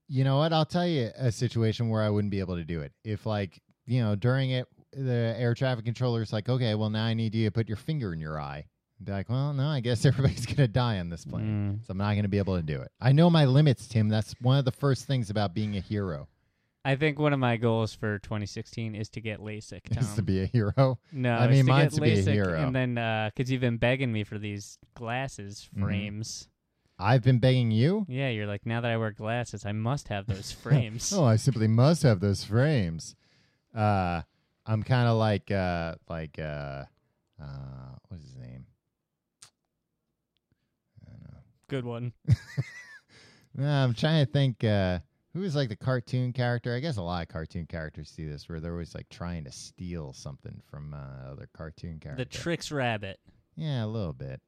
S1: you know what i'll tell you a situation where i wouldn't be able to do it if like you know during it the air traffic controller's like okay well now i need you to put your finger in your eye be like well no i guess [laughs] everybody's gonna die on this plane
S2: Mm.
S1: so i'm not gonna be able to do it i know my limits tim that's one of the first things about being a hero [laughs]
S2: I think one of my goals for 2016 is to get LASIK, Tom.
S1: is to be a hero
S2: No,
S1: I
S2: it's
S1: mean,
S2: to
S1: mine's
S2: get
S1: to be a
S2: LASIK,
S1: hero.
S2: And then because you've been begging me for these glasses
S1: Mhm.
S2: frames.
S1: i've been begging you
S2: Yeah, you're like now that I wear glasses, I must
S1: [laughs]
S2: have those frames.
S1: oh i simply must have those frames uh i'm kind of like uh like uh uh what's his name
S2: Good one.
S1: No, I'm trying to think uh, who was like the cartoon character. I guess a lot of cartoon characters do this, where they're always like trying to steal something from uh, other cartoon character.
S2: The Tricks Rabbit.
S1: yeah, a little bit.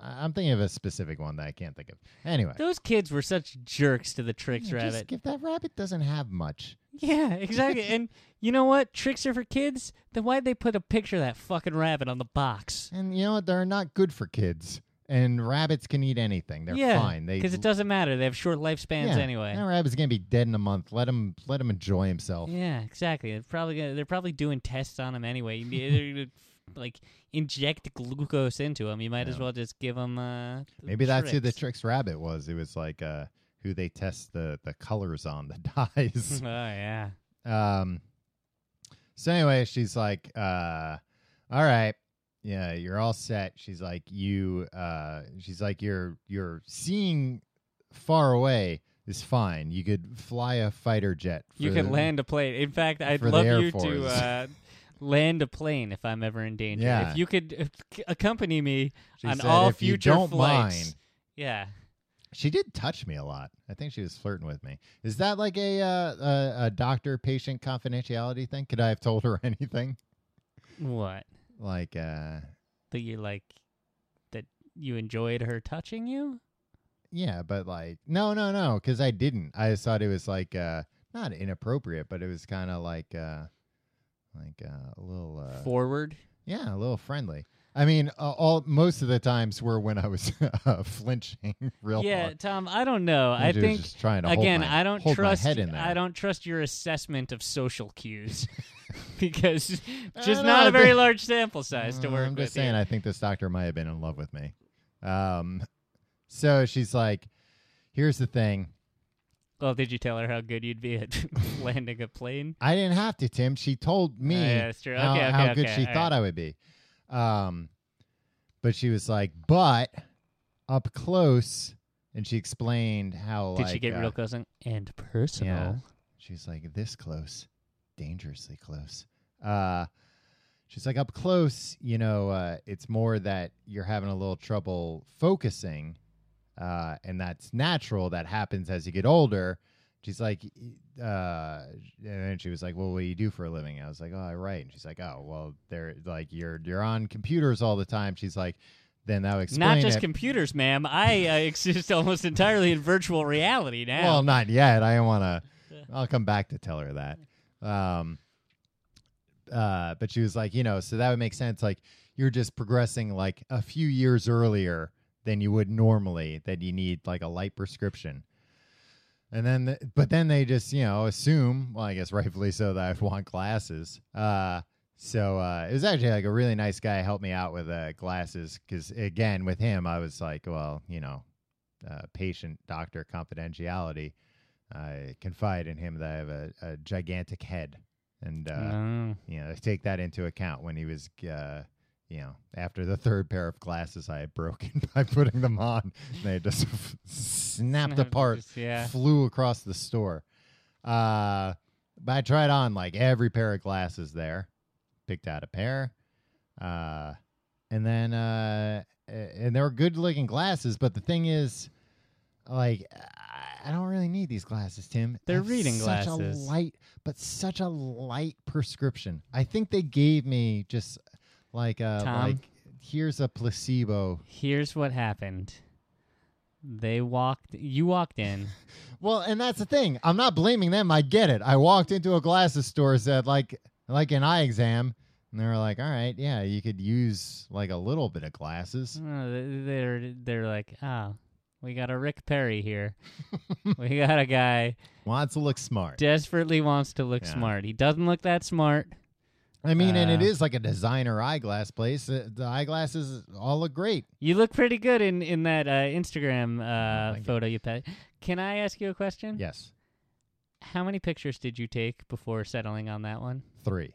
S1: I- I'm thinking of a specific one that I can't think of. Anyway,
S2: Those kids were such jerks to the Tricks
S1: Yeah,
S2: Rabbit.
S1: Just if that rabbit doesn't have much,
S2: [laughs] Yeah, exactly. and you know what? Tricks are for kids. Then why'd they put a picture of that fucking rabbit on the box?
S1: and you know what, they're not good for kids. And rabbits can eat anything; they're
S2: yeah,
S1: fine. They
S2: because it doesn't matter. They have short lifespans
S1: yeah,
S2: anyway.
S1: That rabbit's gonna be dead in a month. Let him let him enjoy himself.
S2: Yeah, exactly. They're probably gonna, they're probably doing tests on him anyway. You- They're gonna like inject glucose into him. You might as
S1: Yeah.
S2: well just give him. Uh,
S1: Maybe that's who the
S2: tricks.
S1: Trix Rabbit was. It was like uh, who they test the the colors on the [laughs]
S2: [laughs]
S1: dyes.
S2: oh yeah.
S1: um, so anyway, she's like, uh, "All right, yeah, you're all set." She's like, "You," uh, she's like, "You're you're seeing far away is fine. You could fly a fighter jet.
S2: You
S1: for
S2: could
S1: the-
S2: land a plane. In fact, I'd
S1: for the
S2: love
S1: Air
S2: you to
S1: Force. [laughs]
S2: uh, land a plane if I'm ever in danger.
S1: Yeah.
S2: If you could uh, c- accompany me
S1: She
S2: on
S1: said,
S2: all
S1: "If
S2: future
S1: you don't
S2: flights.
S1: mind,
S2: Yeah.
S1: She did touch me a lot. I think she was flirting with me. Is that like a uh, a, a doctor patient confidentiality thing? Could I have told her [laughs] anything?
S2: What?
S1: Like, uh,
S2: That you like? That you enjoyed her touching you?
S1: yeah, but like, no, no, no, because I didn't. I just thought it was like uh, not inappropriate, but it was kind of like uh, like uh, a little uh,
S2: Forward.
S1: yeah, a little friendly. I mean, uh, all most of the times were when I was [laughs] uh, flinching real
S2: yeah,
S1: hard.
S2: Tom. I don't know. I
S1: Andrew was
S2: think
S1: just trying to hold
S2: again,
S1: my-
S2: I don't
S1: hold my
S2: trust.
S1: head in there.
S2: I don't trust your assessment of social
S1: [laughs]
S2: cues [laughs] because just
S1: don't know,
S2: not
S1: I
S2: a very
S1: think-
S2: large sample size to
S1: Uh,
S2: work
S1: I'm
S2: with.
S1: just saying,
S2: here.
S1: I think this doctor might have been in love with me. Um, so she's like, "Here's the thing.
S2: Well, did you tell her how good you'd be at [laughs] landing a plane?
S1: I didn't have to, Tim. She told me
S2: Oh, yeah, that's true.
S1: how,
S2: okay, okay,
S1: how good
S2: okay,
S1: she
S2: all
S1: thought
S2: right.
S1: I would be." Um, but she was like, "But up close," and she explained how
S2: Did
S1: like
S2: she get
S1: uh,
S2: real close and- and personal?
S1: Yeah. She's like this close, dangerously close. Uh, she's like up close. You know, uh, it's more that you're having a little trouble focusing, uh, and that's natural. That happens as you get older. She's like, uh, and then she was like, "Well, what do you do for a living?" I was like, "Oh, I write." And she's like, "Oh, well, they're like you're you're on computers all the time." She's like, "Then that would explain
S2: Not just
S1: it."
S2: computers, ma'am. I
S1: [laughs]
S2: uh, exist almost entirely in virtual reality now.
S1: Well, not yet. I want to. I'll come back to tell her that. Um, uh, but she was like, you know, so that would make sense. Like you're just progressing like a few years earlier than you would normally. That you need like a light prescription. And then, th- but then they just you know assume, well, I guess rightfully so, that I [laughs] want glasses. Uh, so uh, it was actually like a really nice guy helped me out with uh, glasses because again, with him, I was like, well, you know, uh, patient doctor confidentiality, I confide in him that I have a, a gigantic head, and uh,
S2: No.
S1: you know, take that into account when he was, uh, you know, after the third pair of glasses I had broken [laughs] by putting them on, they just [laughs] snapped apart,
S2: Just- yeah.
S1: flew across the store. Uh, but I tried on like every pair of glasses there, picked out a pair, uh, and then uh, a- and they were good looking glasses. But the thing is, like, I- I don't really need these glasses, Tim.
S2: They're
S1: That's
S2: reading
S1: such
S2: glasses.
S1: A light, but such a light prescription. I think they gave me just like a
S2: Tom?
S1: like here's a placebo.
S2: Here's what happened. They walked. You walked in.
S1: Well, and that's the thing. I'm not blaming them. I get it. I walked into a glasses store said like like an eye exam, and they were like, "All right, yeah, you could use like a little bit of [laughs] glasses."
S2: Oh, th- they're they're like, oh, we got a Rick
S1: [laughs]
S2: Perry here. we got a guy
S1: Wants to look smart.
S2: desperately wants to look
S1: Yeah.
S2: smart. He doesn't look that smart.
S1: I mean, and it
S2: Uh,
S1: is like a designer eyeglass place. Uh, The eyeglasses all look great.
S2: You look pretty good in in that uh, Instagram uh,
S1: Oh, Thank you.
S2: photo you put. Can I ask you a question?
S1: Yes,
S2: How many pictures did you take before settling on that one?
S1: three.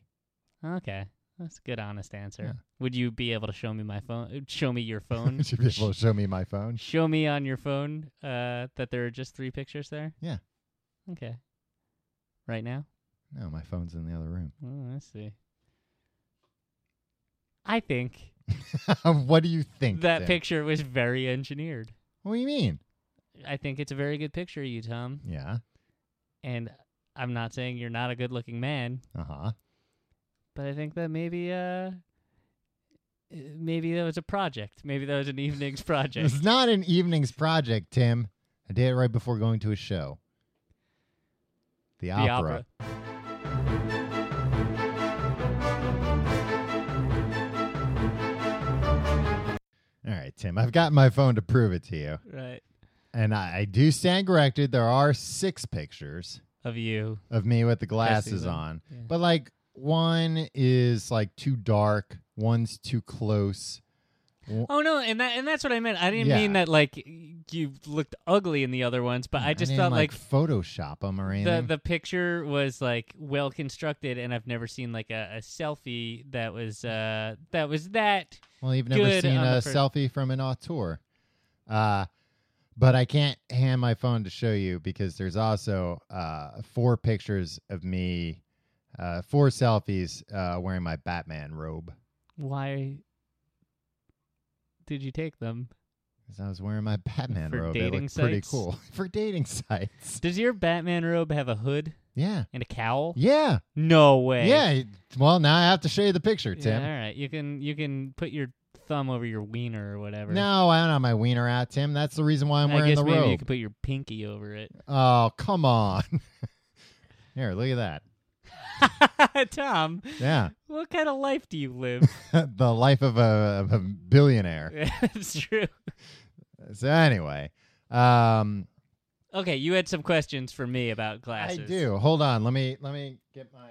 S2: Okay, that's a good, honest answer.
S1: Yeah.
S2: Would you be able to show me my phone? Show me
S1: [laughs]
S2: your phone.
S1: Should be able to show me my phone.
S2: show me on your phone uh, that there are just three pictures there.
S1: Yeah.
S2: Okay. Right now.
S1: No, my phone's in the other room. [laughs]
S2: Oh, I see. I think
S1: what do you think?
S2: that
S1: Tim?
S2: picture was very engineered.
S1: What do you mean?
S2: I think it's a very good picture of you, Tom.
S1: Yeah.
S2: And I'm not saying you're not a good looking man,
S1: Uh huh.
S2: but I think that maybe uh maybe that was a project. Maybe that was an [laughs] evening's project.
S1: It's not an evening's project, Tim. I did it right before going to a show. The,
S2: the
S1: opera.
S2: opera.
S1: All right, Tim. I've got my phone to prove it to you.
S2: Right.
S1: And I, I do stand corrected. There are six pictures
S2: Of you.
S1: of me with the glasses
S2: them.
S1: on.
S2: Yeah.
S1: But like one is like too dark, one's too close.
S2: Oh no, and that and that's what I meant. I didn't
S1: Yeah.
S2: mean that like y- you looked ugly in the other ones, but I just
S1: didn't,
S2: thought like,
S1: Photoshop them or
S2: the
S1: anything.
S2: the picture was like well constructed, and I've never seen like a, a selfie that was uh that was that.
S1: well, you've never
S2: good
S1: seen
S2: on
S1: a
S2: the fir-
S1: selfie from an auteur. Uh, but I can't hand my phone to show you because there's also uh, four pictures of me, uh, four selfies uh, wearing my Batman robe.
S2: Why did you take them?
S1: 'Cause I was wearing my Batman
S2: For
S1: robe. It
S2: dating
S1: looked pretty
S2: sites?
S1: cool [laughs] for dating sites.
S2: Does your Batman robe have a hood
S1: Yeah,
S2: and a cowl?
S1: yeah,
S2: No way.
S1: yeah. it- Well, now I have to show you the picture,
S2: Yeah,
S1: Tim.
S2: all right, you can you can put your thumb over your wiener or whatever.
S1: No, I don't have my wiener out, Tim. That's the reason why I'm
S2: I
S1: wearing
S2: guess
S1: the
S2: maybe you
S1: robe.
S2: could put your pinky
S1: [laughs]
S2: over it.
S1: Oh, come on. [laughs] Here, look at that.
S2: Tom,
S1: Yeah,
S2: what kind of life do
S1: [laughs]
S2: you live? [laughs]
S1: the life of a, of a billionaire.
S2: That's true.
S1: So anyway, um,
S2: Okay, you had some questions for me about
S1: I
S2: glasses.
S1: do. Hold on. Let me let me get my.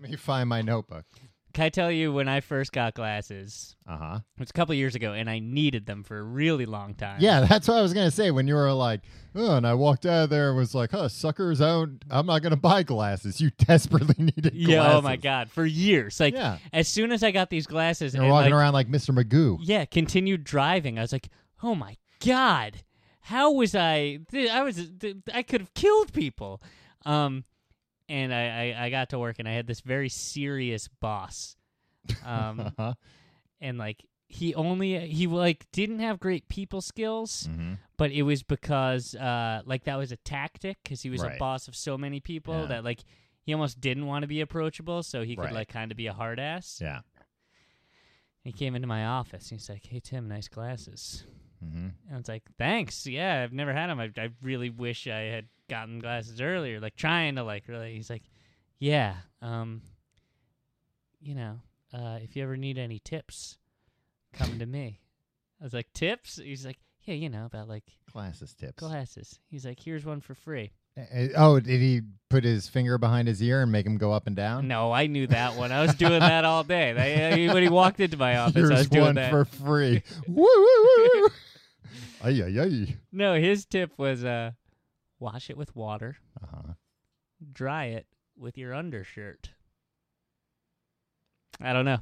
S1: Let me find my notebook.
S2: Can I tell you when I first got glasses?
S1: Uh huh.
S2: It was a couple years ago, and I needed them for a really long time.
S1: Yeah, that's what I was gonna say when you were like, oh, and I walked out of there and was like, huh, suckers, I don't, I'm not gonna buy glasses. You [laughs] desperately needed glasses.
S2: [laughs] Yeah. Oh my god. For years, like
S1: Yeah.
S2: as soon as I got these glasses,
S1: You're
S2: and
S1: walking
S2: like,
S1: around like Mr. Magoo.
S2: yeah, continued driving. I was like, oh my god, how was I? Th- I was. Th- I could have killed people. Um, and I, I I got to work, and I had this very serious boss. Um,
S1: [laughs] Uh-huh.
S2: and like he only he like didn't have great people skills,
S1: hmm
S2: but it was because uh like that was a tactic because he was
S1: Right.
S2: a boss of so many people
S1: Yeah.
S2: that like he almost didn't want to be approachable, so he could
S1: Right.
S2: like kind of be a hard ass.
S1: Yeah.
S2: He came into my office and he's like, "Hey Tim, nice glasses."
S1: hmm
S2: And I was like, "Thanks, yeah, I've never had them. I, I really wish I had gotten glasses earlier." Like trying to like really, he's like, "Yeah, um, you know, uh, if you ever need any tips, come to me." I was like, "Tips?" He's like, "Yeah, you know about like
S1: Glasses tips.
S2: glasses." He's like, "Here's one for free."
S1: Uh, Oh, did he put his finger behind his ear and make him go up and down?
S2: No, I knew that one. I was doing that all day. They, when he walked into
S1: [laughs]
S2: my office, I was
S1: Here's
S2: doing
S1: one
S2: that.
S1: for
S2: [laughs]
S1: free. woo, woo, woo. Ay, ay, ay.
S2: no, his tip was uh, wash it with water,
S1: Uh-huh.
S2: dry it with your undershirt. I don't know.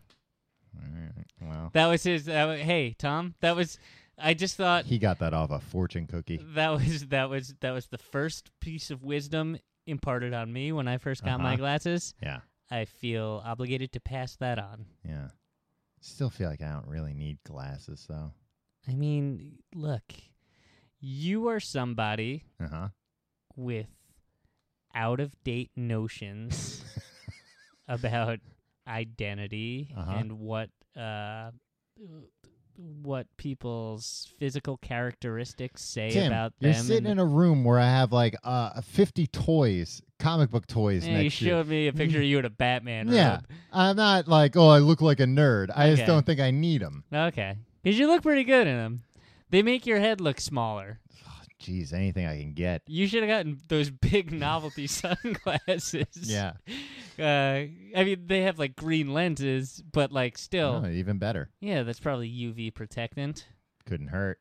S1: All right. Well,
S2: That was his. That wa- hey, Tom. That was. I just thought
S1: he got that off a fortune cookie.
S2: that was that was that was the first piece of wisdom imparted on me when I first got my
S1: Uh-huh.
S2: glasses.
S1: Yeah.
S2: I feel obligated to pass that on.
S1: Yeah. Still feel like I don't really need glasses though.
S2: I mean, look, you are somebody
S1: Uh huh.
S2: with out of date
S1: [laughs]
S2: notions about identity
S1: Uh-huh.
S2: and what uh, what people's physical characteristics say
S1: Tim,
S2: about
S1: you're
S2: them.
S1: sitting in
S2: and-
S1: a room where I have like uh 50 toys, comic book toys
S2: Yeah, you
S1: next to you.
S2: showed me a picture of you in a Batman
S1: Yeah.
S2: robe.
S1: I'm not like, oh, I look like a nerd. I just
S2: Okay.
S1: don't think I need them.
S2: Okay, because you look pretty good in them. They make your head look smaller.
S1: Jeez, anything I can get.
S2: You should have gotten those big novelty [laughs] sunglasses.
S1: Yeah.
S2: Uh, I mean, they have like green lenses, but like still,
S1: Oh, even better.
S2: yeah, that's probably UV protectant.
S1: Couldn't hurt.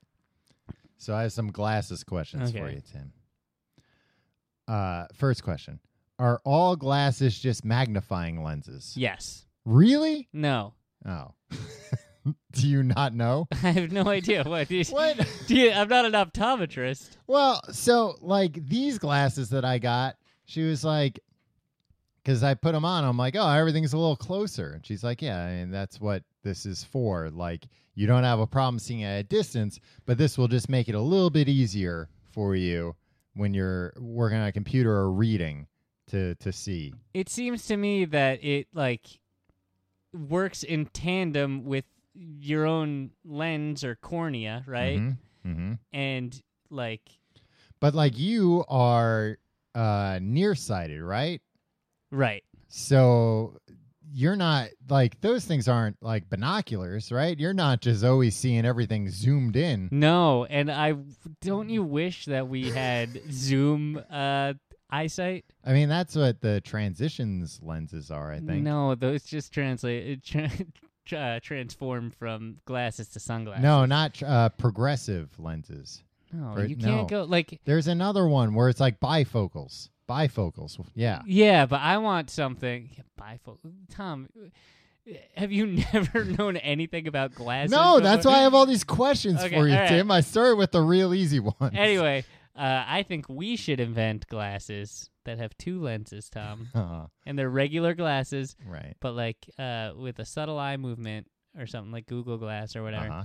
S1: So I have some glasses questions for
S2: Okay.
S1: you, Tim. Uh, first question: Are all glasses just magnifying lenses?
S2: Yes.
S1: Really?
S2: No. [laughs]
S1: Oh. [laughs] Do you not know?
S2: I have no idea [laughs] what these.
S1: What?
S2: Do you- I'm not an optometrist.
S1: Well, so like these glasses that I got, she was like, because I put them on, I'm like, oh, everything's a little closer. And she's like, yeah, and that's what this is for. Like, you don't have a problem seeing at a distance, but this will just make it a little bit easier for you when you're working on a computer or reading to to see.
S2: It seems to me that it like works in tandem with your own lens or cornea, right?
S1: Mhm. Mhm.
S2: And like,
S1: But like you are uh nearsighted, right?
S2: right?
S1: So you're not like those things aren't like binoculars, right? You're not just always seeing everything zoomed in.
S2: No, and I don't. You wish that we had zoom uh, eyesight.
S1: I mean, that's what the transitions lenses are, I think.
S2: No, those just translate it tra- [laughs] tra- uh, transform from glasses to sunglasses.
S1: No, not uh, progressive lenses.
S2: no,
S1: or-
S2: you can't go like.
S1: There's another one where it's like bifocals. Bifocals. Yeah.
S2: Yeah, but I want something yeah, bifocal. Tom, have you [laughs] never known anything about glasses?
S1: No, that's
S2: before? [laughs]
S1: why I have all these questions
S2: Okay,
S1: for you,
S2: all right.
S1: Tim. I started with the real easy one. [laughs]
S2: Anyway, uh, I think we should invent glasses that have two lenses, Tom,
S1: Uh,
S2: and they're regular glasses,
S1: right.
S2: but like uh, with a subtle eye movement or something like Google Glass or whatever.
S1: Uh-huh.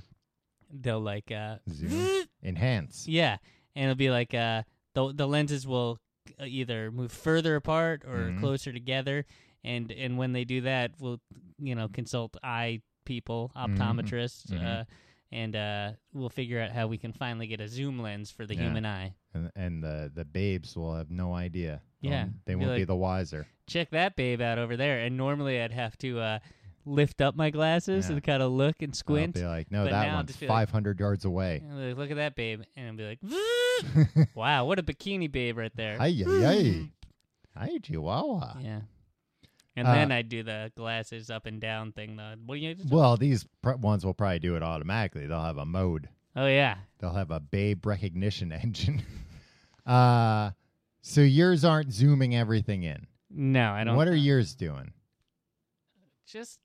S2: They'll like uh,
S1: Zoom. Enhance.
S2: Yeah, and it'll be like uh, the the lenses will uh, either move further apart or
S1: Mhm.
S2: closer together, and and when they do that, we'll you know consult eye people,
S1: Mhm.
S2: optometrists,
S1: Mhm.
S2: uh, and uh, we'll figure out how we can finally get a zoom lens for the
S1: Yeah.
S2: human eye.
S1: And, and the, the babes will have no idea.
S2: Yeah.
S1: Um, they
S2: Be
S1: won't be
S2: like-
S1: the wiser.
S2: Check that babe out over there. And normally I'd have to uh, lift up my glasses
S1: Yeah.
S2: and kind of look and
S1: I'll
S2: squint.
S1: be like, no,
S2: but
S1: that
S2: now
S1: one's
S2: just be like-
S1: 500 yards away.
S2: And like, look at that babe, and I'll be like, wow, what a bikini babe right [laughs] there.
S1: [laughs] Ay, ay, ay. Ay, Chihuahua.
S2: Yeah. And
S1: Uh,
S2: then I do the glasses up and down thing. The what do you?
S1: Well, these pr- ones will probably do it automatically. They'll have a mode,
S2: Oh yeah,
S1: they'll have a babe recognition [laughs] engine. uh, so yours aren't zooming everything in.
S2: no, I don't.
S1: What are yours doing?
S2: Just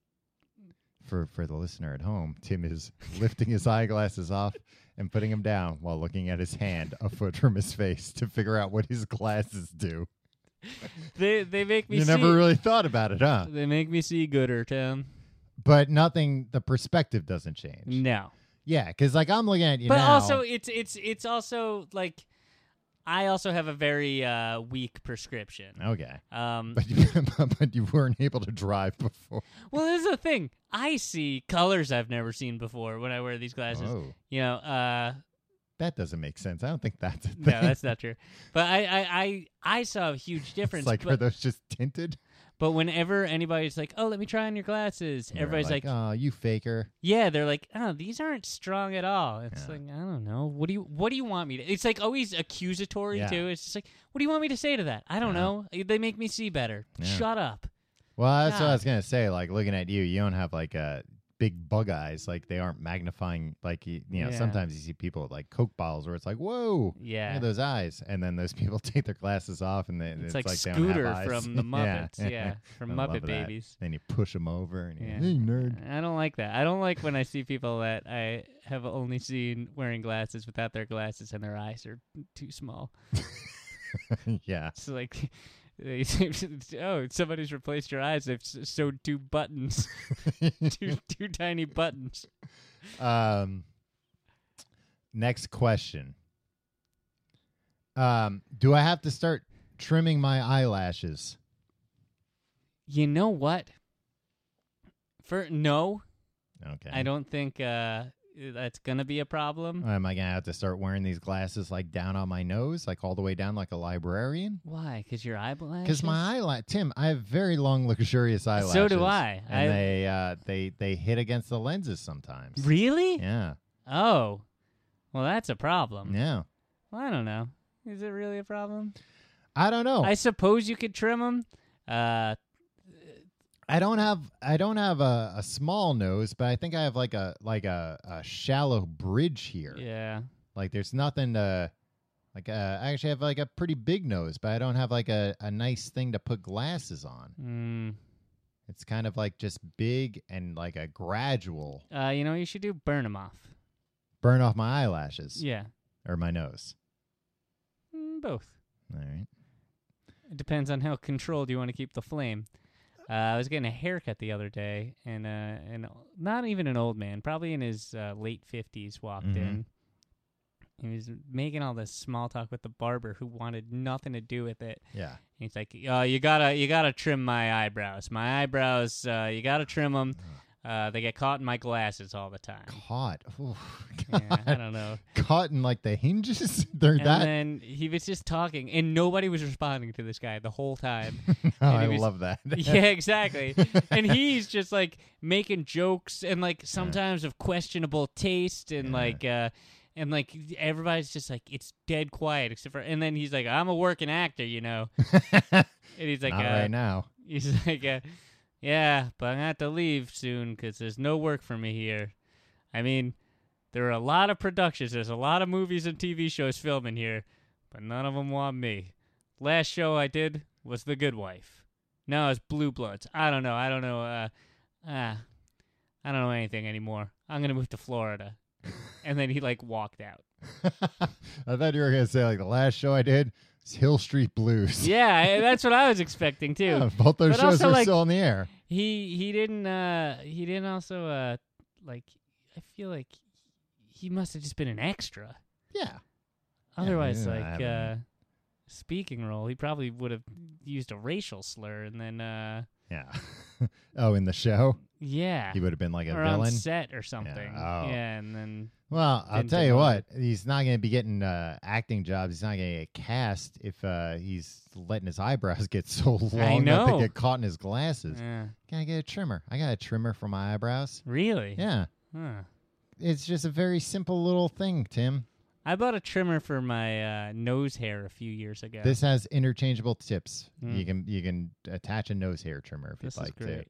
S1: For, for the listener at home, Tim is [laughs] lifting his eyeglasses off and putting them down while looking at his hand a foot from his face to figure out what his glasses do.
S2: they they make me.
S1: You
S2: see,
S1: never really thought about it, huh?
S2: They make me see gooder, Tim.
S1: but nothing. The perspective doesn't change.
S2: No.
S1: Yeah, because like I'm looking at you
S2: but
S1: now.
S2: also it's it's it's also like I also have a very uh, weak prescription.
S1: okay, [laughs]
S2: Um,
S1: but you, but you weren't able to drive before.
S2: well, this is the thing. I see colors I've never seen before when I wear these glasses.
S1: Oh,
S2: You know, uh,
S1: that doesn't make sense. I don't think that's a thing. [laughs]
S2: no, that's not true. But I, I, I, I saw a huge difference.
S1: It's like
S2: but,
S1: are those just tinted?
S2: but whenever anybody's like, "Oh, let me try on your glasses,"
S1: And they're
S2: everybody's like,
S1: "Oh, you faker."
S2: "Yeah," they're like, "Oh, these aren't strong at all." It's
S1: Yeah.
S2: like I don't know. What do you What do you want me to? It's like always accusatory
S1: Yeah.
S2: too. It's just like, what do you want me to say to that? I don't
S1: Yeah.
S2: know. They make me see better.
S1: Yeah.
S2: Shut up.
S1: Well, that's what I
S2: God.
S1: was gonna say. Like looking at you, you don't have like uh, big bug eyes. Like they aren't magnifying. Like you, you know,
S2: Yeah.
S1: sometimes you see people with like Coke bottles where it's like, "Whoa,
S2: Yeah.
S1: look at those eyes," and then those [laughs] people take their glasses off and they, it's,
S2: it's, like,
S1: they don't have
S2: Scooter
S1: eyes. [laughs]
S2: from the
S1: Yeah.
S2: Muppets. yeah. from
S1: I love
S2: Muppet
S1: that.
S2: Babies.
S1: Then you push them over and you
S2: Yeah.
S1: hey nerd.
S2: I don't like that. I don't like when I see people that I have only seen wearing glasses without their glasses and their eyes are too small.
S1: [laughs] yeah,
S2: It's like, [laughs] they, oh, somebody's replaced your eyes. They've s- sewed two buttons, [laughs]
S1: [laughs]
S2: two two tiny buttons.
S1: Um, next question. Um, do I have to start trimming my eyelashes?
S2: You know what? For no,
S1: Okay.
S2: I don't think uh, that's gonna be a problem.
S1: Am I gonna have to start wearing these glasses like down on my nose, like all the way down, like a librarian?
S2: Why? Because your eyelashes.
S1: Because my eyelash, Tim, I have very long, luxurious eyelashes.
S2: So do I.
S1: And
S2: I-
S1: they uh, they they hit against the lenses sometimes.
S2: really?
S1: Yeah.
S2: Oh, well, that's a problem.
S1: Yeah.
S2: Well, I don't know. Is it really a problem?
S1: I don't know.
S2: I
S1: I,
S2: suppose you could trim them. Uh,
S1: don't have I don't have a, a small nose, but I think I have like a like a, a shallow bridge here.
S2: yeah.
S1: Like there's nothing to like uh, I actually have like a pretty big nose, but I don't have like a, a nice thing to put glasses on.
S2: Mm.
S1: It's kind of like just big and like a gradual
S2: Uh, you know, what you should do burn them off.
S1: burn off my eyelashes
S2: Yeah,
S1: or my nose.
S2: mm, both.
S1: All right.
S2: It depends on how controlled you want to keep the flame. Uh, I was getting a haircut the other day, and uh, and not even an old man, probably in his uh, late fifties, walked
S1: Mhm.
S2: in. He was making all this small talk with the barber, who wanted nothing to do with it.
S1: Yeah.
S2: He's like, "Oh, you gotta, you gotta trim my eyebrows. My eyebrows, uh, you gotta trim them. Uh, they get caught in my glasses all the time.
S1: Caught. Ooh,
S2: Yeah, I
S1: [laughs] God.
S2: don't know."
S1: Caught in like the hinges. [laughs] They're
S2: And
S1: that.
S2: then he was just talking, and nobody was responding to this guy the whole time.
S1: [laughs] Oh,
S2: and he
S1: I
S2: was-
S1: love that.
S2: [laughs]
S1: [laughs]
S2: yeah, exactly. And he's just like making jokes and like sometimes of questionable taste, and
S1: Yeah.
S2: like, uh, and like everybody's just like it's dead quiet except for. And then he's like, "I'm a working actor, you know," and he's like,
S1: Not
S2: uh,
S1: right now.
S2: [laughs] He's like, uh, yeah, but I'm gonna have to leave soon because there's no work for me here. I mean, there are a lot of productions, there's a lot of movies and TV shows filming here, but none of them want me. Last show I did was The Good Wife. No, it's Blue Bloods. I don't know. I don't know. Uh, uh, I don't know anything anymore. I'm gonna move to Florida. and then he like walked out.
S1: [laughs] I thought you were gonna say like the last show I did was Hill Street Blues. [laughs]
S2: Yeah, I- that's what I was expecting too.
S1: Yeah, both those
S2: But
S1: shows
S2: also,
S1: are
S2: like-
S1: still in the air.
S2: he he didn't uh he didn't also uh like i feel like he must have just been an extra
S1: Yeah.
S2: otherwise
S1: yeah, I
S2: like uh
S1: haven't-
S2: speaking role he probably would have used a racial slur and then uh
S1: Yeah. [laughs] oh, in the show,
S2: yeah
S1: he would have been like a
S2: or on
S1: villain.
S2: set or something yeah,
S1: Oh.
S2: and then
S1: Well, I'll
S2: Didn't
S1: tell
S2: do
S1: you
S2: well.
S1: what, he's not going to be getting uh, acting jobs. He's not going to get cast if uh, he's letting his eyebrows [laughs] get so long that
S2: know. Mm.
S1: they get caught in his glasses.
S2: yeah.
S1: Can I get a trimmer? I got a trimmer for my eyebrows.
S2: really
S1: Yeah,
S2: Huh.
S1: it's just a very simple little thing, Tim.
S2: i bought a trimmer for my uh nose hair a few years ago
S1: This has interchangeable tips.
S2: Mm.
S1: You can you can attach a nose hair trimmer if
S2: This
S1: you'd
S2: is
S1: like to.
S2: great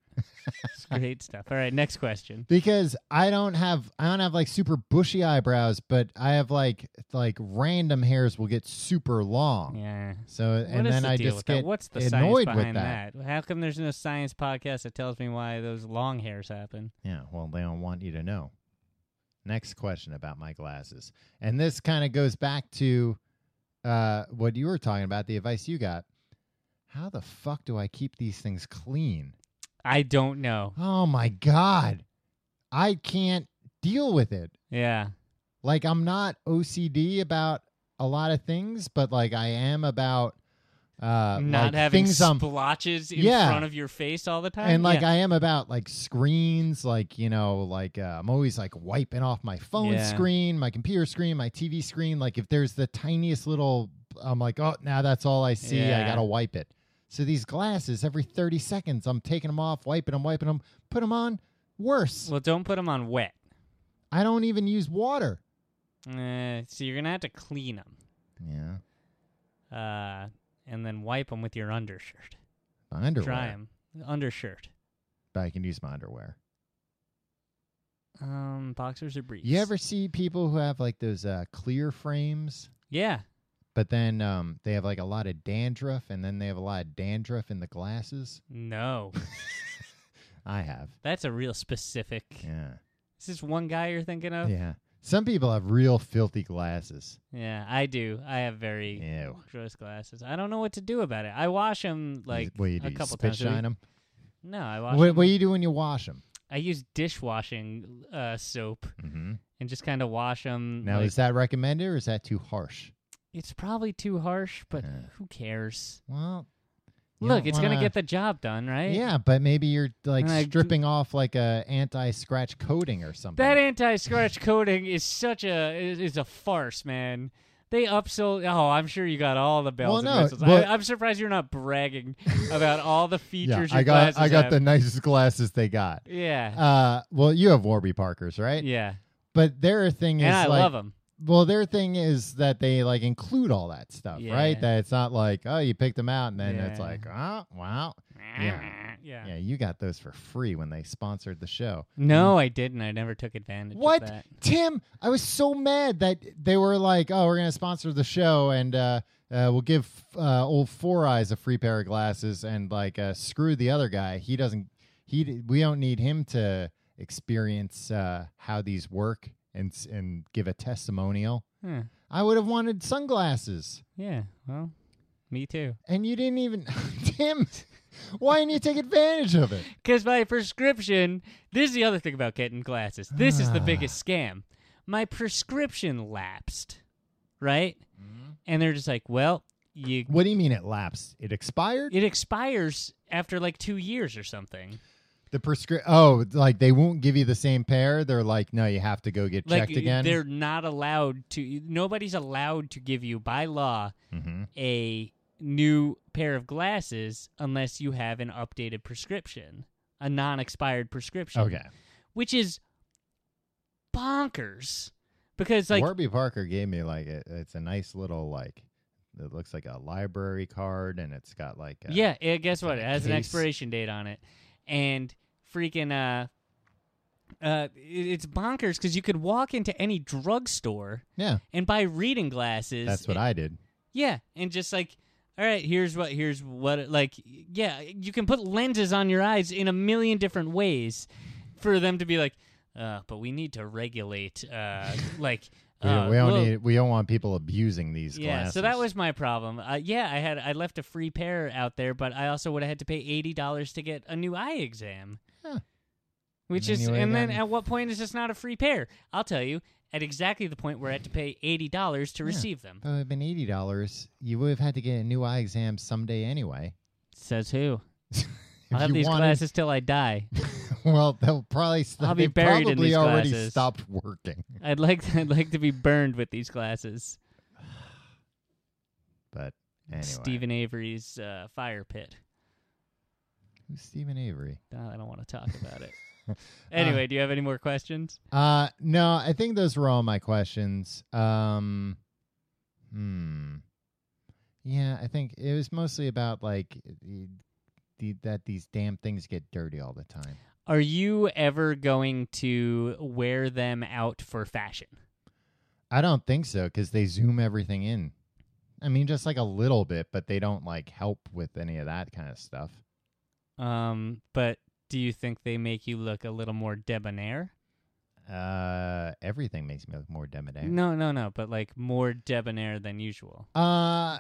S2: it's great stuff all right next
S1: [laughs]
S2: question
S1: because I don't have I don't have like super bushy eyebrows, but I have like like random hairs will get super long.
S2: yeah
S1: So and
S2: What is
S1: then
S2: the
S1: I
S2: deal
S1: just
S2: with that?
S1: get
S2: What's the science
S1: annoyed
S2: behind
S1: with that.
S2: How come there's no science podcast that tells me why those long hairs happen?
S1: Yeah, well, they don't want you to know. Next question about my glasses, and this kind of goes back to uh, what you were talking about, the advice you got. How the fuck do I keep these things clean?
S2: I don't know.
S1: Oh my God. I can't deal with it.
S2: Yeah.
S1: Like, I'm not OCD about a lot of things, but like, I am about uh,
S2: Not
S1: like,
S2: having
S1: things I'm
S2: splotches in
S1: Yeah.
S2: front of your face all the time.
S1: and like
S2: yeah.
S1: I am about like screens, like you know, like uh, I'm always like wiping off my phone
S2: Yeah.
S1: screen, my computer screen, my TV screen. Like if there's the tiniest little, I'm like, oh, now that's all I see. I
S2: Yeah.
S1: gotta wipe it. So these glasses, every 30 seconds, I'm taking them off, wiping them, wiping them, put them on. Worse,
S2: well, don't put them on wet.
S1: I don't even use water.
S2: Uh, so you're gonna have to clean them,
S1: Yeah,
S2: uh, and then wipe them with your undershirt.
S1: my underwear.
S2: Dry them. Undershirt.
S1: But I can use my underwear.
S2: Um, boxers or briefs.
S1: You ever see people who have like those uh, clear frames?
S2: Yeah.
S1: But then um, they have like a lot of dandruff, and then they have a lot of dandruff in the
S2: [laughs]
S1: glasses.
S2: No.
S1: I have.
S2: That's a real specific.
S1: Yeah.
S2: Is this one guy you're thinking of?
S1: Yeah. Some people have real filthy glasses.
S2: Yeah, I do. I have very
S1: Ew.
S2: gross glasses. I don't know what to do about it. I wash them like
S1: what do you do?
S2: a
S1: you
S2: couple
S1: spit
S2: times. a
S1: shine
S2: week.
S1: them?
S2: No, I wash.
S1: What,
S2: 'em-
S1: what do you do when you wash them?
S2: I use dishwashing uh, soap
S1: Mm-hmm.
S2: and just kind of wash them.
S1: Now, is that recommended or is that too harsh?
S2: it's probably too harsh, but
S1: Yeah.
S2: who cares?
S1: Well, you
S2: Look,
S1: don't
S2: it's gonna
S1: wanna-
S2: get the job done, right?
S1: Yeah, but maybe you're like
S2: And I do-
S1: stripping off like a anti-scratch coating or something.
S2: That anti-scratch coating is such a is, is a farce, man. They upsold. Oh, I'm sure you got all the bells
S1: Well,
S2: and
S1: no,
S2: whistles.
S1: but-
S2: I, I'm surprised you're not bragging about all the
S1: [laughs] yeah,
S2: features. your
S1: I got
S2: glasses
S1: I got
S2: have.
S1: the nicest glasses they got. [laughs]
S2: Yeah,
S1: Uh, well, you have Warby Parkers, right?
S2: yeah,
S1: But their thing is
S2: and I
S1: like
S2: love 'em.
S1: Well, their thing is that they like include all that stuff, right?
S2: Yeah.
S1: That it's not like, oh, you picked them out and then it's
S2: Yeah.
S1: like, oh, wow. Yeah.
S2: Yeah. yeah.
S1: Yeah, you got those for free when they sponsored the show.
S2: No, I didn't. I never took advantage
S1: Mm. What?
S2: of that.
S1: Tim, I was so mad that they were like, oh, we're going to sponsor the show and uh, uh, we'll give uh, old Four Eyes a free pair of glasses and like uh, screw the other guy. He doesn't, he, d- we don't need him to experience uh, how these work and, s- and give a testimonial.
S2: Huh.
S1: I would have wanted sunglasses.
S2: Yeah. Well, me too.
S1: and you didn't even [laughs] Tim. Why didn't you take advantage of it?
S2: Because my prescription. This is the other thing about getting glasses. This is the biggest
S1: Ah.
S2: scam. My prescription lapsed, right?
S1: Mm-hmm.
S2: And they're just like, well, you.
S1: What do you mean it lapsed? It expired.
S2: It expires after like two years or something.
S1: the prescri Oh, like they won't give you the same pair. They're like, no, you have to go get
S2: Like
S1: checked again.
S2: they're not allowed to. Nobody's allowed to give you by law
S1: hmm
S2: a new pair of glasses unless you have an updated prescription, a non-expired prescription.
S1: Okay.
S2: which is bonkers because like
S1: Warby Parker gave me like it, it's a nice little like it looks like a library card and it's got like a,
S2: yeah, eh, guess what?
S1: Like
S2: It
S1: a
S2: has an
S1: case.
S2: expiration date on it, and freaking uh. Uh, it- it's bonkers because you could walk into any drugstore
S1: yeah.
S2: and buy reading glasses.
S1: That's what I did.
S2: Yeah, and just like, all right, here's what, here's what, like, yeah, you can put lenses on your eyes in a million different ways for them to be like, uh, but we need to regulate, uh, [laughs] like,
S1: We,
S2: uh,
S1: we don't
S2: well-
S1: need. We don't want people abusing these
S2: yeah,
S1: glasses.
S2: so that was my problem. Uh, yeah, I had I left a free pair out there, but I also would have had to pay eighty dollars to get a new eye exam,
S1: Huh. And
S2: which
S1: then
S2: is
S1: you would've
S2: and then
S1: gotten-
S2: at what point is this not a free pair? I'll tell you at exactly the point where I had to pay eighty dollars to
S1: Yeah.
S2: receive them.
S1: That would have been eighty dollars. You would have had to get a new eye exam someday anyway.
S2: Says who?
S1: If
S2: I'll have
S1: you
S2: these
S1: wanted-
S2: glasses till I die.
S1: [laughs] Well, they'll probably. St-
S2: I'll be
S1: they've
S2: buried in
S1: probably
S2: these
S1: already
S2: glasses.
S1: stopped working.
S2: I'd like [laughs] I'd like to be burned with these glasses.
S1: But anyway,
S2: Stephen Avery's uh, fire pit.
S1: who's Stephen Avery?
S2: Uh, I don't want to talk
S1: [laughs]
S2: about it. anyway, do you have any more questions?
S1: Uh, no, I think those were all my questions. Um, hmm. Yeah, I think it was mostly about like the, the, that these damn things get dirty all the time.
S2: Are you ever going to wear them out for fashion?
S1: I don't think so because they zoom everything in. I mean, just like a little bit, but they don't like help with any of that kind of stuff.
S2: Um, but do you think they make you look a little more debonair?
S1: Uh, everything makes me look more debonair.
S2: No, no, no, but like more debonair than usual.
S1: Uh,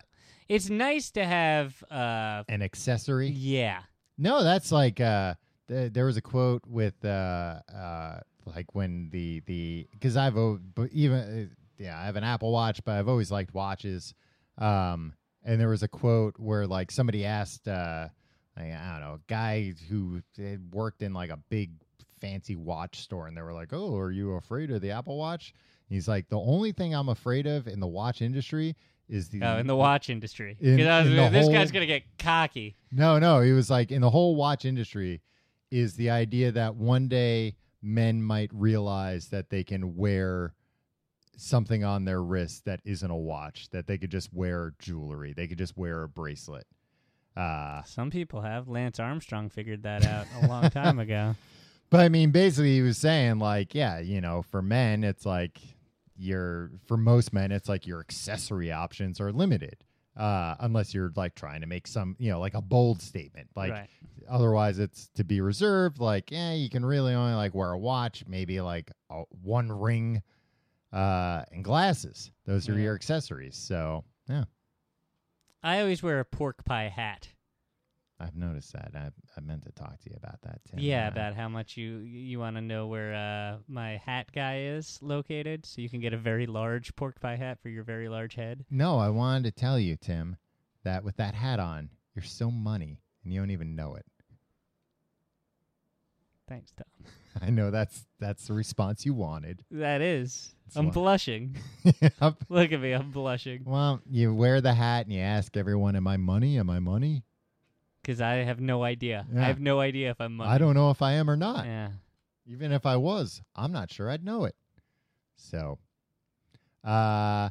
S2: It's nice to have uh
S1: an accessory.
S2: yeah.
S1: No, that's like uh th- there was a quote with uh, uh, like when the the because I've o- but even uh, yeah I have an Apple Watch, but I've always liked watches. Um, and there was a quote where like somebody asked, uh, like, I don't know, a guy who had worked in like a big fancy watch store, and they were like, "Oh, are you afraid of the Apple Watch?" And he's like, "The only thing I'm afraid of in the watch industry." Is the
S2: Oh, in the watch industry.
S1: Mm-hmm. In-
S2: 'Cause I was
S1: in the
S2: gonna- this
S1: whole-
S2: guy's gonna get cocky.
S1: No, no. He was like, in the whole watch industry, is the idea that one day men might realize that they can wear something on their wrist that isn't a watch, that they could just wear jewelry, they could just wear a bracelet. Uh,
S2: Some people have. Lance Armstrong figured that out a
S1: [laughs]
S2: long time ago.
S1: but I mean, basically, he was saying, like, yeah, you know, for men, it's like your, for most men, it's like your accessory options are limited. Uh, unless you're like trying to make some, you know, like a bold statement, like
S2: right.
S1: otherwise it's to be reserved like yeah you can really only like wear a watch maybe like a, one ring uh and glasses those are
S2: Yeah.
S1: your accessories so yeah
S2: I always wear a pork pie hat.
S1: i've noticed that i, I meant to talk to you about that too
S2: Yeah,
S1: Uh,
S2: about how much you you want to know where uh, my hat guy is located, so you can get a very large pork pie hat for your very large head.
S1: no i wanted to tell you tim that with that hat on you're so money and you don't even know it [laughs]
S2: Thanks, Tom.
S1: i know that's that's the response you wanted [laughs]
S2: That is.
S1: It's
S2: I'm
S1: like-
S2: blushing. [laughs]
S1: Yep.
S2: Look at me. I'm blushing
S1: well you wear the hat and you ask everyone am i money am i money
S2: because I have no idea.
S1: Yeah.
S2: I have no idea if I'm. Money.
S1: i don't know if i am or not
S2: Yeah.
S1: Even if I was, I'm not sure I'd know it. So, uh,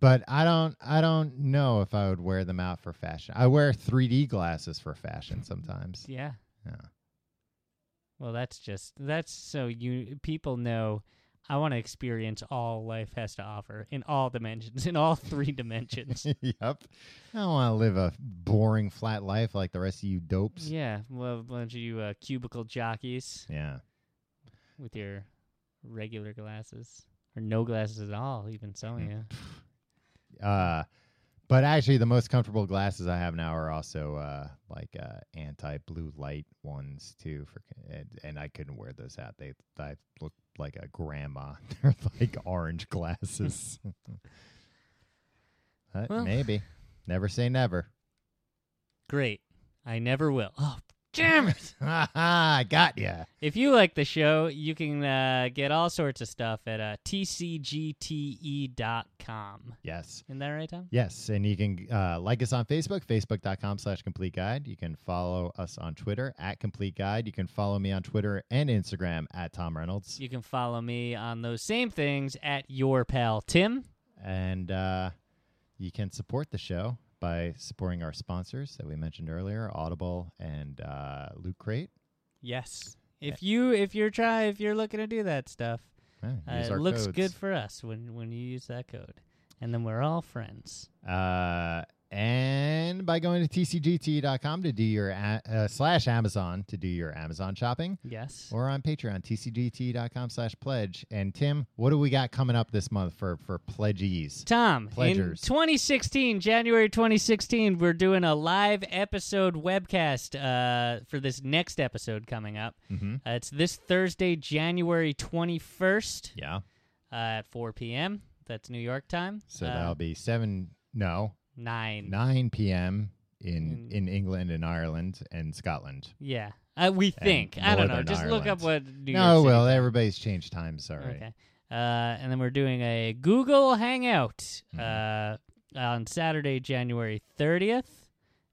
S1: but I don't, I don't know if I would wear them out for fashion. I wear 3D glasses for fashion [laughs] sometimes.
S2: Yeah.
S1: Yeah.
S2: Well, that's just that's so you people know. I want to experience all life has to offer in all dimensions, [laughs] in all
S1: [laughs]
S2: three dimensions.
S1: yep. I don't want to live a boring, flat life like the rest of you dopes.
S2: yeah, well, a bunch of you uh, cubicle jockeys
S1: Yeah.
S2: with your regular glasses or no glasses at all, even so.
S1: Mhm.
S2: Yeah,
S1: Uh, but actually, the most comfortable glasses I have now are also uh, like uh, anti-blue light ones too. For and, and I couldn't wear those out. They I look like a grandma. [laughs] They're like orange glasses. [laughs] But
S2: Well.
S1: Maybe. Never say never.
S2: great. I never will. Oh, damn it!
S1: [laughs] I got ya.
S2: If you like the show, you can uh, get all sorts of stuff at uh, tcgte.com.
S1: Yes.
S2: E Isn't that right, Tom?
S1: Yes, and you can uh, like us on Facebook, facebook.com slash complete guide. You can follow us on Twitter at complete guide. You can follow me on Twitter and Instagram at Tom Reynolds.
S2: You can follow me on those same things at your pal Tim.
S1: And uh, you can support the show by supporting our sponsors that we mentioned earlier, Audible and uh, Loot Crate.
S2: Yes. If you if you're try if you're looking to do that stuff,
S1: Yeah,
S2: uh,
S1: use
S2: it
S1: our
S2: looks
S1: codes.
S2: good for us when when you use that code, and then we're all friends.
S1: Uh, and by going to tcgt.com to do your a- uh, slash Amazon to do your Amazon shopping.
S2: Yes.
S1: or on Patreon, tcgt.com slash pledge. And Tim, what do we got coming up this month for, for pledgees?
S2: Tom,
S1: Pledgers.
S2: in 2016, January 2016, we're doing a live episode webcast uh, for this next episode coming up.
S1: Mm-hmm.
S2: Uh, it's this Thursday, January 21st
S1: Yeah.
S2: uh, at 4 p.m. That's New York time.
S1: So
S2: Uh,
S1: that'll be 7, no,
S2: nine.
S1: 9 p.m. In,
S2: In-
S1: in England and Ireland and Scotland.
S2: Yeah, uh, we think. I don't know.
S1: Northern
S2: Just look up what New
S1: no,
S2: York City.
S1: well, everybody's changed times already.
S2: Okay. Uh, and then we're doing a Google Hangout
S1: Mm-hmm.
S2: uh, on Saturday, January 30th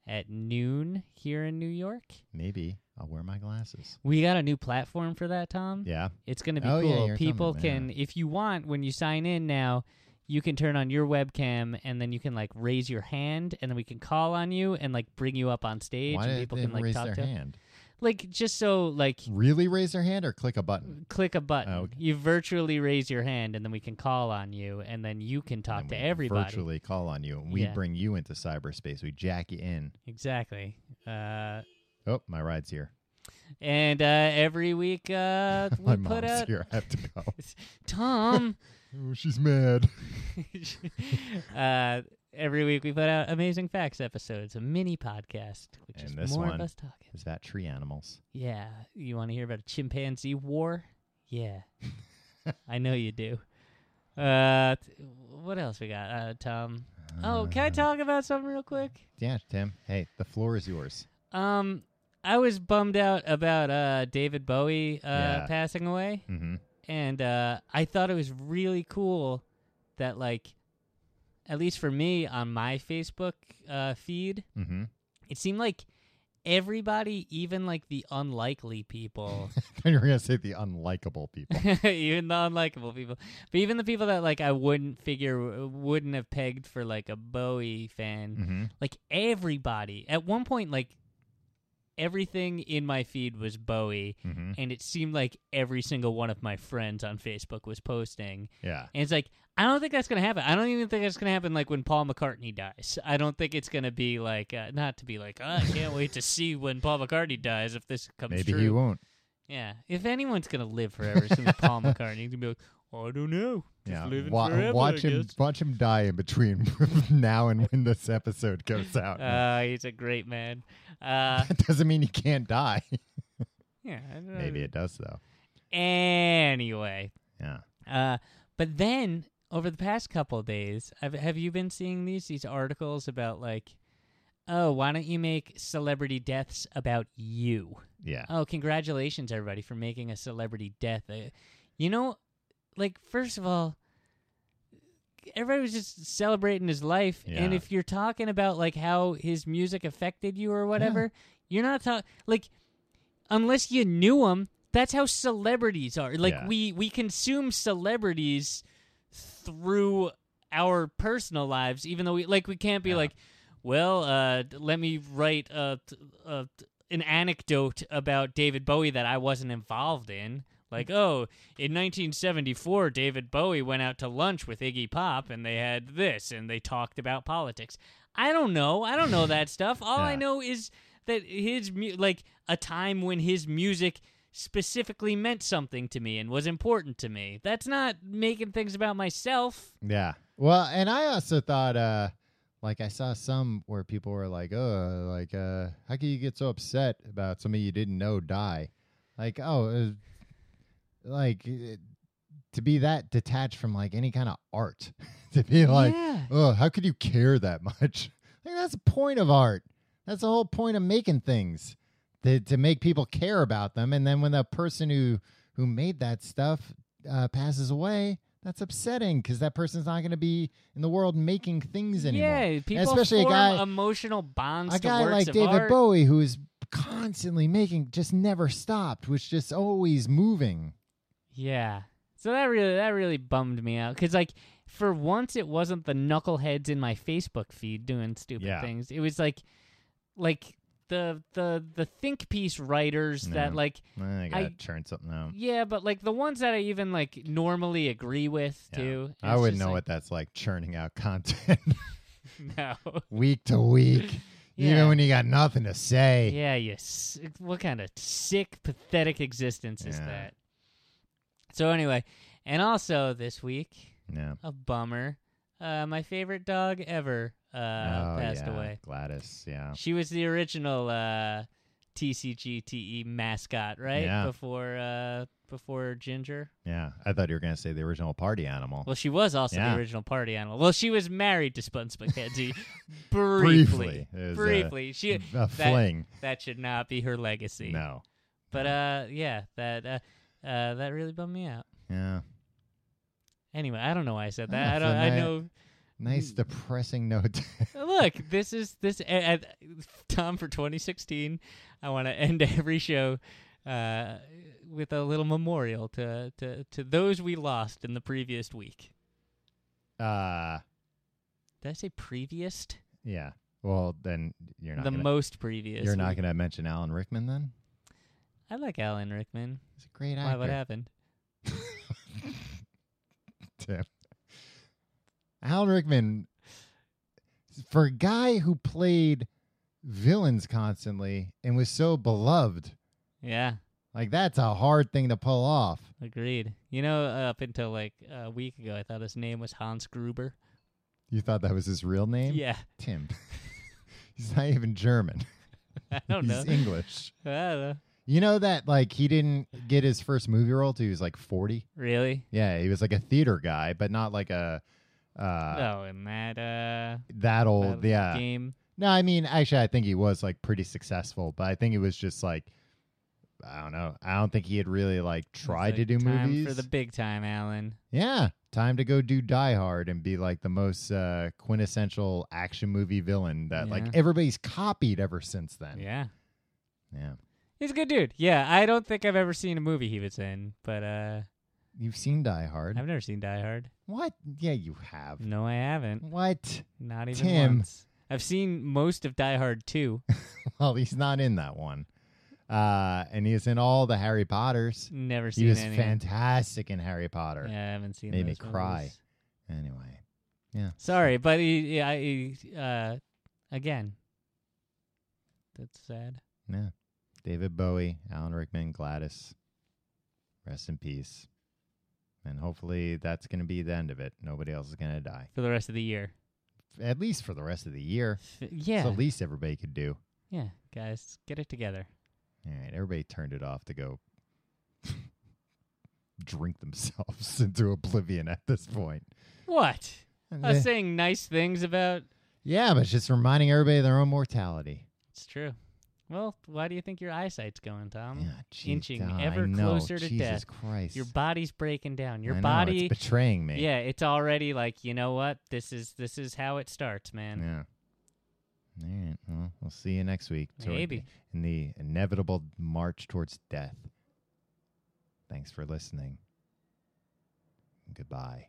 S2: at noon here in New York.
S1: Maybe I'll wear my glasses.
S2: We got a new platform for that, Tom.
S1: Yeah.
S2: It's going to be
S1: Oh, yeah, you were
S2: cool.
S1: telling me
S2: People
S1: about
S2: can, if you want, when you sign in now, you can turn on your webcam and then you can like raise your hand and then we can call on you and like bring you up on stage
S1: Why
S2: and
S1: did
S2: people
S1: they
S2: can like
S1: raise
S2: talk
S1: their
S2: to
S1: hand?
S2: like just so like
S1: Really raise their hand or click a button?
S2: click a button.
S1: Oh, okay.
S2: You virtually raise your hand, and then we can call on you, and then you can talk
S1: And
S2: to
S1: we
S2: everybody.
S1: Virtually call on you and we
S2: Yeah.
S1: bring you into cyberspace. We jack you in.
S2: Exactly. Uh,
S1: Oh, my ride's here.
S2: and uh, every week uh,
S1: [laughs] My
S2: we put
S1: mom's
S2: out
S1: here. I have to go. [laughs]
S2: Tom. [laughs]
S1: Oh, she's mad.
S2: uh, Every week we put out amazing facts episodes, a mini podcast, which
S1: And
S2: is
S1: this
S2: more
S1: one-
S2: of us talking.
S1: Is that tree animals?
S2: Yeah, you want to hear about a chimpanzee war?
S1: [laughs]
S2: Yeah, I know you do. Uh, t- what else we got, uh, Tom? Oh, can I
S1: Uh,
S2: talk about something real quick?
S1: Yeah, Tim. Hey, the floor is yours.
S2: Um, I was bummed out about uh David Bowie uh
S1: Yeah.
S2: passing away,
S1: Mm-hmm.
S2: and uh I thought it was really cool that like, at least for me on my Facebook uh feed,
S1: Mm-hmm. [laughs]
S2: it seemed like everybody, even like the unlikely people, [laughs]
S1: Then you're gonna say the unlikable people.
S2: even the unlikable people, but even the people that like I wouldn't figure wouldn't have pegged for like a Bowie fan,
S1: Mm-hmm.
S2: like everybody at one point like everything in my feed was bowie
S1: Mm-hmm.
S2: and it seemed like every single one of my friends on facebook was posting
S1: Yeah.
S2: and it's like i don't think that's gonna happen i don't even think that's gonna happen like when paul mccartney dies i don't think it's gonna be like uh, not to be like oh, i can't wait to see when paul mccartney dies if this comes
S1: Maybe
S2: true
S1: he won't.
S2: yeah if anyone's gonna live forever it's gonna be paul mccartney he's gonna be like i don't know just
S1: Yeah.
S2: living
S1: Wa-
S2: forever I
S1: watch him
S2: guess."
S1: watch him die in between [laughs] now and when this episode goes out.
S2: uh, he's a great man uh,
S1: [laughs] that doesn't mean he can't
S2: [laughs]
S1: die.
S2: yeah I don't
S1: Maybe
S2: know.
S1: it does though.
S2: Anyway,
S1: Yeah.
S2: uh, but then over the past couple of days, have, have you been seeing these these articles about like, oh, why don't you make celebrity deaths about you?
S1: Yeah.
S2: Oh, congratulations everybody for making a celebrity death. Uh, you know, like first of all, everybody was just celebrating his life, and
S1: Yeah.
S2: if you're talking about like how his music affected you or whatever, you're not talking like unless you knew him. That's how celebrities are. Like
S1: Yeah.
S2: we we consume celebrities through our personal lives, even though we like we can't be
S1: Yeah.
S2: like, well, uh, d- let me write a, t- a t- an anecdote about David Bowie that I wasn't involved in. Like,
S1: Mm-hmm.
S2: oh, in 1974, David Bowie went out to lunch with Iggy Pop, and they had this, and they talked about politics. I don't know. I don't know
S1: [laughs]
S2: that stuff. All I
S1: Yeah.
S2: know is that his mu- like a time when his music specifically meant something to me and was important to me. That's not making things about myself.
S1: Yeah. Well, and I also thought, uh, like, I saw some where people were like, "Oh, like, uh, how can you get so upset about somebody you didn't know die?" Like, oh, it was- like it- to be that detached from like any kind of art, [laughs] to be like,
S2: yeah.
S1: "Oh, how could you care that much?" [laughs] Like, that's the point of art. That's the whole point of making things to to make people care about them. And then when the person who who made that stuff uh, passes away, that's upsetting because that person's not going to be in the world making things anymore.
S2: Yeah, people
S1: especially a
S2: form
S1: guy-
S2: emotional bonds
S1: a
S2: to
S1: guy
S2: works
S1: like
S2: of
S1: David
S2: art.
S1: Bowie, who is constantly making, just never stopped, was just always moving.
S2: Yeah. So that really that really bummed me out cuz like for once it wasn't the knuckleheads in my Facebook feed doing stupid
S1: Yeah.
S2: things. It was like like the the the think piece writers that
S1: Yeah.
S2: like
S1: I gotta
S2: I-
S1: churn something out.
S2: yeah, but like the ones that I even like normally agree with
S1: Yeah.
S2: too.
S1: I
S2: It's
S1: would
S2: just
S1: know
S2: like,
S1: what that's like churning out content [laughs]
S2: [laughs] No.
S1: week to week,
S2: [laughs] Yeah.
S1: even when you got nothing to say.
S2: Yeah, you. s- What kind of sick, pathetic existence is
S1: Yeah.
S2: that? So anyway, and also this week,
S1: Yeah.
S2: a bummer. Uh, my favorite dog ever uh,
S1: Oh,
S2: passed
S1: yeah. Oh.
S2: away.
S1: Gladys, yeah.
S2: She was the original uh, TCGTE E mascot, right?
S1: Yeah.
S2: Before uh, before Ginger.
S1: Yeah. I thought you were going to say the original party animal.
S2: Well, she was also
S1: Yeah.
S2: the original party animal. Well, she was married to
S1: [laughs]
S2: Spuds McKenzie briefly.
S1: It was a-
S2: Briefly. She
S1: a fling.
S2: that should not be her legacy.
S1: Hmm. No.
S2: But uh, yeah, that uh, uh, that really bummed me out.
S1: Yeah.
S2: Anyway, I don't know why I said that.
S1: Yeah,
S2: I don't.
S1: so
S2: I
S1: now-
S2: know. Hmm.
S1: Nice depressing note. [laughs]
S2: Look, this is this uh, Tom for 2016. I want to end [laughs] every show uh, with a little memorial to, to to those we lost in the previous week.
S1: uh
S2: Did I say previous?
S1: yeah. Well, then you're not
S2: The
S1: gonna,
S2: most previous.
S1: you're not
S2: week.
S1: going to mention Alan Rickman then?
S2: I like Alan Rickman.
S1: He's a great
S2: Why?
S1: actor.
S2: What happened?
S1: Tim. Alan Rickman, for a guy who played villains constantly and was so beloved,
S2: Yeah,
S1: like that's a hard thing to pull off.
S2: agreed. You know, up until like a week ago, I thought his name was Hans Gruber.
S1: You thought that was his real name?
S2: Yeah, [laughs]
S1: Tim. [laughs] He's not even German.
S2: I don't
S1: [laughs]
S2: know.
S1: He's English.
S2: I don't know.
S1: You know that like he didn't get his first movie role till he was like 40?
S2: Really?
S1: Yeah, he was like a theater guy, but not like a uh
S2: oh, in that uh,
S1: that old.
S2: that
S1: Yeah.
S2: game.
S1: No, I mean actually I think he was like pretty successful, but I think it was just like I don't know. I don't think he had really like
S2: It's
S1: tried to
S2: like,
S1: do
S2: time
S1: movies.
S2: for the big time, Alan.
S1: Yeah, time to go do Die Hard and be like the most uh, quintessential action movie villain that like
S2: Yeah.
S1: everybody's copied ever since then.
S2: Yeah,
S1: Yeah.
S2: he's a good dude. Yeah, I don't think I've ever seen a movie he was in, but uh,
S1: You've seen Die Hard.
S2: I've never seen Die Hard.
S1: What? Yeah, you have.
S2: No, I haven't.
S1: What?
S2: Not even
S1: Tim.
S2: once. I've seen most of Die
S1: [laughs]
S2: Hard 2.
S1: Well, he's not in that one. Uh, and he is in all the Harry Potters.
S2: Never
S1: He
S2: seen
S1: was
S2: any.
S1: fantastic in Harry Potter.
S2: Yeah, I haven't seen.
S1: Made me
S2: those
S1: cry.
S2: movies.
S1: Anyway,
S2: Sorry, but he, yeah, he, uh, again, that's sad.
S1: yeah. David Bowie, Alan Rickman, Gladys. Rest in peace. And hopefully that's going to be the end of it. Nobody else is going to die.
S2: For the rest of the year.
S1: at least for the rest of the year.
S2: F- yeah,
S1: It's the least everybody could do.
S2: yeah, guys, get it together.
S1: All right, everybody turned it off to go [laughs] drink themselves [laughs] into oblivion at this point.
S2: What?
S1: And
S2: Us
S1: they-
S2: saying nice things about.
S1: yeah, but it's just reminding everybody of their own mortality.
S2: It's true. Well, why do you think your eyesight's going, Tom?
S1: yeah, gee,
S2: inching
S1: God,
S2: ever
S1: I know.
S2: closer to
S1: Jesus
S2: death.
S1: Christ.
S2: Your body's breaking down. Your
S1: I know,
S2: body.
S1: it's betraying me.
S2: yeah, it's already like you know what this is. This is how it starts, man.
S1: Yeah. All right. Well, we'll see you next week. toward-
S2: Maybe.
S1: In the inevitable march towards death. Thanks for listening. Goodbye.